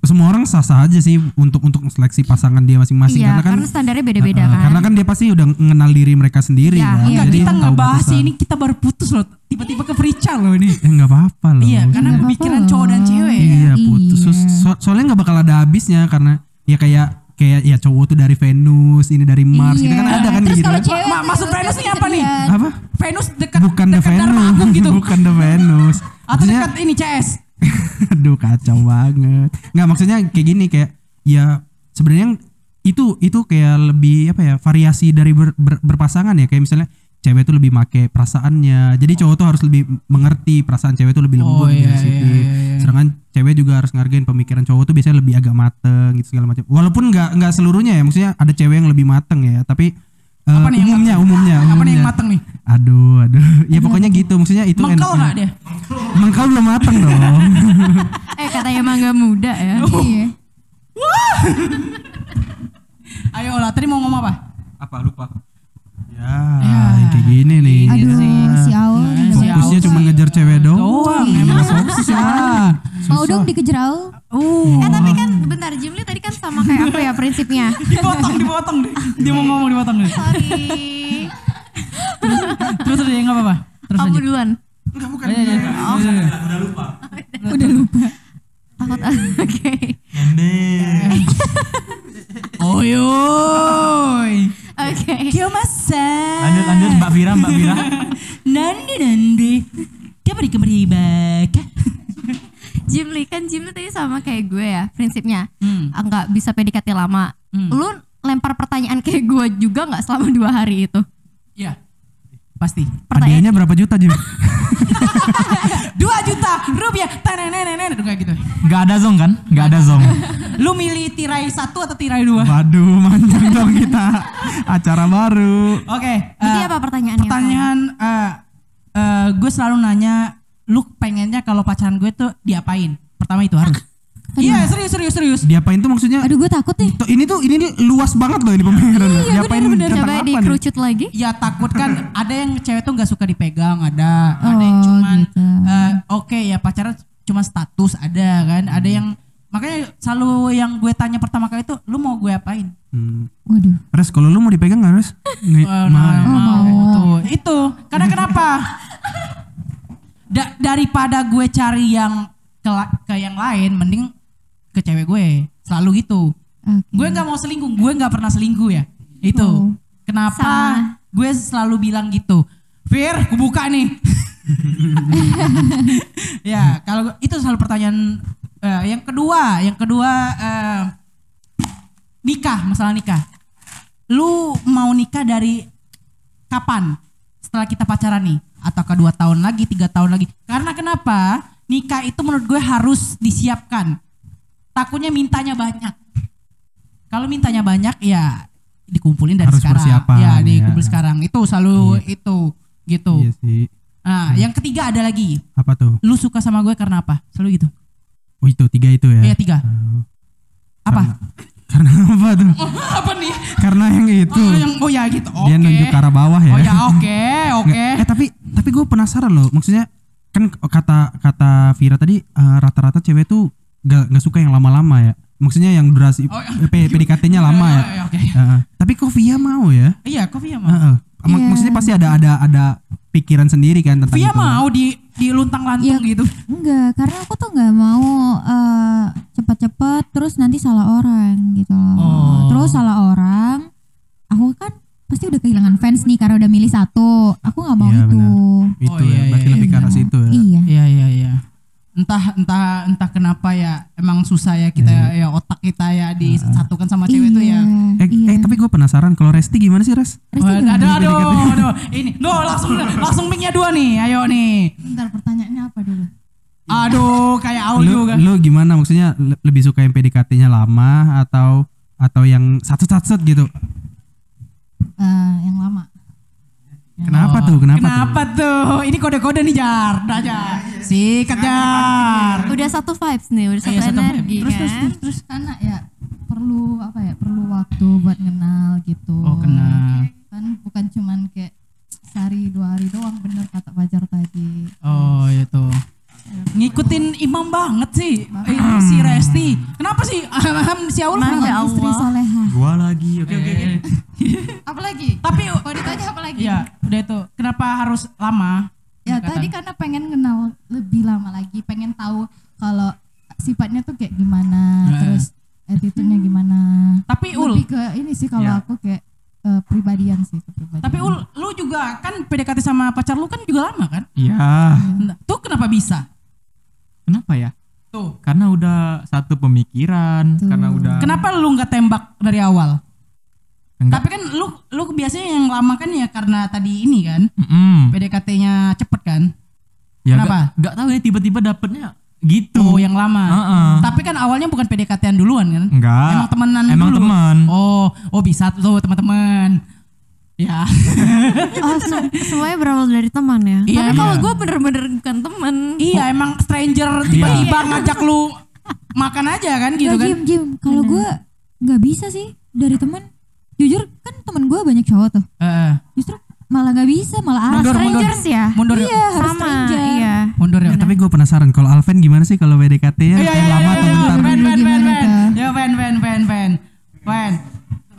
Speaker 4: Semua orang sah-sah aja sih untuk untuk seleksi pasangan dia masing-masing karena
Speaker 1: Iya,
Speaker 4: kan
Speaker 1: karena standarnya beda-beda
Speaker 4: Heeh,
Speaker 1: kan.
Speaker 4: Karena kan dia pasti udah ngenal diri mereka sendiri
Speaker 1: Iya,
Speaker 4: kan.
Speaker 2: Enggak,
Speaker 4: Jadi
Speaker 2: kita
Speaker 4: tahu
Speaker 2: ngebahas
Speaker 4: batasan.
Speaker 2: ini kita baru putus loh. Tiba-tiba ke free child loh ini.
Speaker 4: Eh, enggak apa-apa loh.
Speaker 2: Iya, karena
Speaker 5: apa-apa
Speaker 2: pemikiran
Speaker 5: loh.
Speaker 2: cowok dan cewek. ya.
Speaker 4: Iya,
Speaker 5: Iya.
Speaker 4: putus. So- so- soalnya nggak bakal ada habisnya karena ya kayak kayak ya cowok tuh dari Venus, ini dari Mars, gitu kan
Speaker 2: Iya.
Speaker 4: ada kan
Speaker 5: iya. Terus
Speaker 4: gitu.
Speaker 5: kalau
Speaker 4: kan.
Speaker 5: cewek
Speaker 2: Ma- maksud
Speaker 5: terus
Speaker 2: Venus
Speaker 5: dia
Speaker 2: nih apa nih?
Speaker 5: kejadian.
Speaker 4: Apa?
Speaker 2: Venus dekat
Speaker 4: Bukan the
Speaker 2: dekat Dharma
Speaker 4: Venus,
Speaker 2: Agung gitu.
Speaker 4: bukan the Venus.
Speaker 2: Atau
Speaker 4: Maksudnya-
Speaker 2: dekat ini CS.
Speaker 4: Aduh kacau banget. Nggak maksudnya kayak gini kayak ya sebenarnya itu itu kayak lebih apa ya variasi dari ber- ber- berpasangan ya kayak misalnya cewek tuh lebih make perasaannya. Jadi cowok tuh harus lebih mengerti perasaan cewek tuh lebih
Speaker 2: Oh,
Speaker 4: lembut, lebih
Speaker 2: iya, iya,
Speaker 4: sensitif.
Speaker 2: iya, iya.
Speaker 4: Sedangkan cewek juga harus ngargain pemikiran cowok tuh biasanya lebih agak mateng gitu segala macam. Walaupun nggak nggak seluruhnya ya, maksudnya ada cewek yang lebih mateng ya, tapi eh Eh,
Speaker 2: Apa nih yang
Speaker 4: umumnya, umumnya,
Speaker 2: Apa nih yang
Speaker 4: umumnya.
Speaker 2: mateng nih?
Speaker 4: Aduh, aduh. Ya pokoknya gitu. Maksudnya itu
Speaker 2: Mengkau nggak
Speaker 4: enaknya.
Speaker 2: dia?
Speaker 4: Mengkau belum matang dong.
Speaker 1: eh katanya mangga muda ya
Speaker 5: Oh.
Speaker 6: Iya.
Speaker 2: Ayo lah, tadi mau ngomong apa?
Speaker 3: Apa lupa?
Speaker 4: ya, yang kayak gini nih. Iya kan?
Speaker 5: Aduh, si Aul.
Speaker 2: Si
Speaker 4: Fokusnya
Speaker 2: Aul
Speaker 4: cuma
Speaker 2: Iya sih.
Speaker 4: ngejar cewek dong.
Speaker 2: Doang, emang sukses ya.
Speaker 5: Mau dong dikejar Aul.
Speaker 2: Uh,
Speaker 1: eh tapi kan bentar Jimli tadi kan sama kayak aku ya prinsipnya
Speaker 2: dipotong, dipotong deh. Dia mau ngomong dipotong deh.
Speaker 1: sorry
Speaker 2: Terus udah ya nggak apa-apa. Terus
Speaker 1: kamu
Speaker 2: lanjut.
Speaker 1: duluan
Speaker 2: Iya, iya, iya.
Speaker 1: takut oke
Speaker 3: Iya.
Speaker 2: Iya,
Speaker 3: Nendeng.
Speaker 2: Oi, oi.
Speaker 1: oke
Speaker 2: Kiyomasa.
Speaker 3: Lanjut lanjut Mbak Vira, Mbak Vira.
Speaker 2: Nandi nandi. Kemari kemari bak.
Speaker 1: Jimli kan Jimli tadi sama kayak gue ya prinsipnya
Speaker 2: Hmm.
Speaker 1: Ah, nggak bisa PDKT lama
Speaker 2: Hmm.
Speaker 1: lu lempar pertanyaan kayak gue juga nggak selama dua hari itu
Speaker 2: Iya. Pasti.
Speaker 1: pertanyaan
Speaker 4: Hadiahnya berapa juta, Jim?
Speaker 2: 2 juta rupiah. Tanenenenen Aduh, kayak gitu.
Speaker 3: Gak ada zong kan? Gak ada zong.
Speaker 2: Lu milih tirai satu atau tirai dua? Oke.
Speaker 4: Waduh, mantap dong kita. Acara baru.
Speaker 2: eh,
Speaker 1: jadi apa pertanyaannya
Speaker 2: pertanyaan eh, eh, gue selalu nanya lu pengennya kalau pacaran gue tuh diapain pertama itu harus iya serius serius serius
Speaker 4: Diapain tuh maksudnya?
Speaker 5: Aduh, gue takut nih.
Speaker 4: Tuh, ini tuh ini nih luas banget loh ini
Speaker 2: Iya,
Speaker 4: pemikiran. Diapain
Speaker 1: Bener,
Speaker 4: tentang
Speaker 1: coba
Speaker 4: apa nih?
Speaker 1: dikerucut lagi
Speaker 2: ya takut kan ada yang cewek tuh nggak suka dipegang ada ada yang
Speaker 5: Oh,
Speaker 2: cuman
Speaker 5: gitu.
Speaker 2: eh, oke ya pacaran cuma status ada kan ada
Speaker 1: Hmm.
Speaker 2: yang makanya selalu yang gue tanya pertama kali itu lu mau gue apain
Speaker 4: Hmm.
Speaker 5: Waduh.
Speaker 4: Res, kalau lu mau dipegang gak Res? Nge-
Speaker 2: Eh,
Speaker 4: mahal.
Speaker 2: mau, Tuh, itu karena kenapa Da- daripada gue cari yang ke, la- ke yang lain mending ke cewek gue selalu gitu
Speaker 5: Oke.
Speaker 2: gue nggak mau selingkuh gue nggak pernah selingkuh ya itu
Speaker 5: Oh.
Speaker 2: kenapa
Speaker 1: Sama.
Speaker 2: gue selalu bilang gitu Fir kubuka nih ya kalau itu selalu pertanyaan eh, yang kedua yang kedua eh, nikah masalah nikah lu mau nikah dari kapan setelah kita pacaran nih ataukah dua tahun lagi tiga tahun lagi karena kenapa nikah itu menurut gue harus disiapkan takutnya mintanya banyak kalau mintanya banyak ya dikumpulin dari
Speaker 4: Harus
Speaker 2: sekarang
Speaker 4: persiapan,
Speaker 2: ya
Speaker 4: ya.
Speaker 2: dikumpul sekarang itu selalu itu gitu
Speaker 4: Iya sih.
Speaker 2: nah yang ketiga ada lagi
Speaker 4: Apa tuh?
Speaker 2: lu suka sama gue karena apa selalu gitu
Speaker 4: Oh itu tiga itu ya?
Speaker 2: ya tiga
Speaker 4: Oh.
Speaker 2: apa
Speaker 4: Karena apa tuh?
Speaker 2: apa nih
Speaker 4: Karena yang itu.
Speaker 2: oh, yang oh ya gitu oke
Speaker 4: Dia nunjuk ke arah bawah ya.
Speaker 2: oh ya oke oke
Speaker 4: Nggak- Eh tapi tapi gue penasaran loh. Maksudnya kan kata kata Vira tadi eh, rata-rata cewek tuh gak, gak suka yang lama-lama ya. Maksudnya yang durasi
Speaker 2: Oh, iya.
Speaker 4: eh, P- PDKT-nya lama ya.
Speaker 2: Iya, iya, oke.
Speaker 4: Heeh. tapi kok Via mau ya?
Speaker 2: iya kok Via mau
Speaker 4: Heeh.
Speaker 5: Iya.
Speaker 4: Mak- Maksudnya pasti ada ada ada pikiran sendiri kan tentang
Speaker 2: Via
Speaker 4: itu.
Speaker 2: mau di di luntang lantung gitu
Speaker 5: Enggak, karena aku tuh nggak mau eh, cepet-cepet terus nanti salah orang gitu loh.
Speaker 2: Oh.
Speaker 5: Terus salah orang, aku kan pasti udah kehilangan fans nih karena udah milih satu. Aku nggak mau
Speaker 4: Iya,
Speaker 5: itu.
Speaker 4: Itu
Speaker 2: Oh, iya,
Speaker 4: ya, berarti
Speaker 2: iya,
Speaker 4: lebih ke arah situ ya.
Speaker 5: Iya.
Speaker 2: Iya iya iya. Entah entah entah kenapa ya emang susah ya kita ya otak kita ya disatukan sama cewek itu
Speaker 5: Iya,
Speaker 2: ya.
Speaker 4: Eh, eh, tapi gue penasaran kalau Resti gimana sih Res?
Speaker 5: Terus
Speaker 2: Oh,
Speaker 5: dia gimana?
Speaker 2: aduh, aduh, aduh, ini, no langsung, langsung mic-nya dua nih, ayo nih,
Speaker 6: Bentar pertanyaannya apa dulu?
Speaker 2: aduh, kayak audio
Speaker 4: Lu,
Speaker 2: kan,
Speaker 4: lu gimana maksudnya le- lebih suka yang PDKT-nya lama atau atau yang satu-satu
Speaker 2: Oh.
Speaker 4: gitu?
Speaker 6: Eh, yang lama.
Speaker 4: Kenapa tuh? Kenapa,
Speaker 2: kenapa tuh, ini kode-kode nih jar, dah jar, sikat jar,
Speaker 1: udah satu vibes nih udah satu
Speaker 2: Iya, satu vibes.
Speaker 1: energi
Speaker 2: Terus,
Speaker 1: kan
Speaker 2: terus, terus, terus.
Speaker 6: Karena ya perlu apa ya? Perlu waktu buat kenal gitu.
Speaker 2: oh kena,
Speaker 6: Kan bukan cuman kayak sehari dua hari doang bener kata Fajar tadi.
Speaker 2: oh itu, ngikutin imam banget sih, eh, si Resti, kenapa sih, si Aul
Speaker 1: Masya
Speaker 6: ya
Speaker 2: kenapa?
Speaker 1: Allah.
Speaker 5: Istri soleha.
Speaker 3: Gua lagi. Oke oke.
Speaker 2: Eh.
Speaker 3: oke.
Speaker 6: Apalagi?
Speaker 2: Tapi
Speaker 6: Kalau ditanya apa lagi?
Speaker 2: Iya, udah itu. Kenapa harus lama?
Speaker 6: Ya
Speaker 2: Pendekatan.
Speaker 6: tadi karena pengen kenal lebih lama lagi, pengen tahu kalau sifatnya tuh kayak gimana,
Speaker 2: Nah.
Speaker 6: terus attitude-nya gimana.
Speaker 2: Tapi Ul,
Speaker 6: Lebih ke ini sih kalau
Speaker 3: Ya.
Speaker 6: aku kayak eh, pribadian sih, kepribadian.
Speaker 2: tapi Ul, lu juga kan PDKT sama pacar lu kan juga lama kan?
Speaker 3: Iya.
Speaker 2: Nah, Tuh kenapa bisa?
Speaker 3: Kenapa ya?
Speaker 2: Tuh.
Speaker 3: Karena udah satu pemikiran, karena
Speaker 2: Hmm.
Speaker 3: udah
Speaker 2: Kenapa lu nggak tembak dari awal?
Speaker 3: enggak
Speaker 2: Tapi kan lu lu biasanya yang lama kan ya karena tadi ini kan
Speaker 3: Mm-mm.
Speaker 2: PDKT-nya cepet kan?
Speaker 3: Hmm. Ya
Speaker 2: Kenapa?
Speaker 3: nggak- nggak tahu ya tiba-tiba dapetnya gitu.
Speaker 2: Tuh yang lama.
Speaker 3: Heeh.
Speaker 2: Tapi kan awalnya bukan PDKT-an duluan kan?
Speaker 3: Enggak.
Speaker 2: Emang temenan
Speaker 3: Emang
Speaker 2: dulu.
Speaker 3: teman.
Speaker 2: Oh, oh bisa tuh teman-teman. Ya.
Speaker 1: Oh, se- semuanya berawal dari teman ya.
Speaker 2: Iya,
Speaker 1: Tapi kalau
Speaker 2: iya.
Speaker 1: gue bener-bener bukan teman.
Speaker 2: iya emang stranger tiba-tiba ngajak lu makan aja kan gitu
Speaker 5: Nggak,
Speaker 2: kan.
Speaker 5: Ya, Iya, Jim, Jim. Kalau gue nggak bisa sih dari teman. Jujur kan teman gue banyak cowok tuh.
Speaker 2: Heeh.
Speaker 5: Justru malah nggak bisa, malah
Speaker 2: Mundur,
Speaker 5: asal.
Speaker 2: mundur.
Speaker 1: Strangers ya.
Speaker 2: Mundur yuk.
Speaker 5: Iya, harus
Speaker 1: Sama,
Speaker 5: stranger.
Speaker 1: iya.
Speaker 2: Mundur yuk.
Speaker 4: Tapi gue penasaran kalau Alven gimana sih kalau WDKT ya?
Speaker 2: Iya, iya, iya,
Speaker 4: lama
Speaker 2: iya,
Speaker 4: atau
Speaker 2: iya.
Speaker 4: bentar?
Speaker 2: Ven, ven, ven,
Speaker 5: Gimana
Speaker 2: ven.
Speaker 5: tuh?
Speaker 2: Ya, ven, ven, ven, ven. Ven.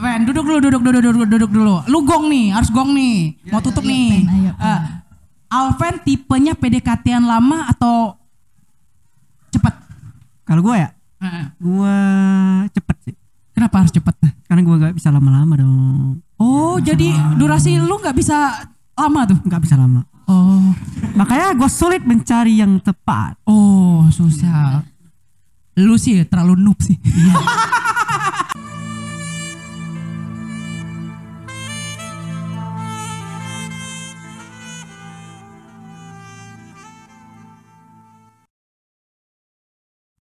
Speaker 2: Ven, duduk dulu, duduk, duduk, duduk, duduk dulu. Lu gong nih, harus gong nih.
Speaker 5: Iya,
Speaker 2: Mau tutup nih.
Speaker 6: Pen, ayo, Pen.
Speaker 2: Eh, Alven tipenya PDKT-an lama atau cepet?
Speaker 7: Kalau gue ya,
Speaker 2: Heeh.
Speaker 7: gue cepet sih.
Speaker 2: Kenapa harus cepet?
Speaker 7: Karena gue gak bisa lama-lama dong.
Speaker 2: Oh, jadi durasi lu nggak bisa lama tuh.
Speaker 7: Gak bisa lama.
Speaker 2: Oh,
Speaker 7: Makanya gue sulit mencari yang tepat.
Speaker 2: ya, oh susah. Lu sih terlalu noob sih.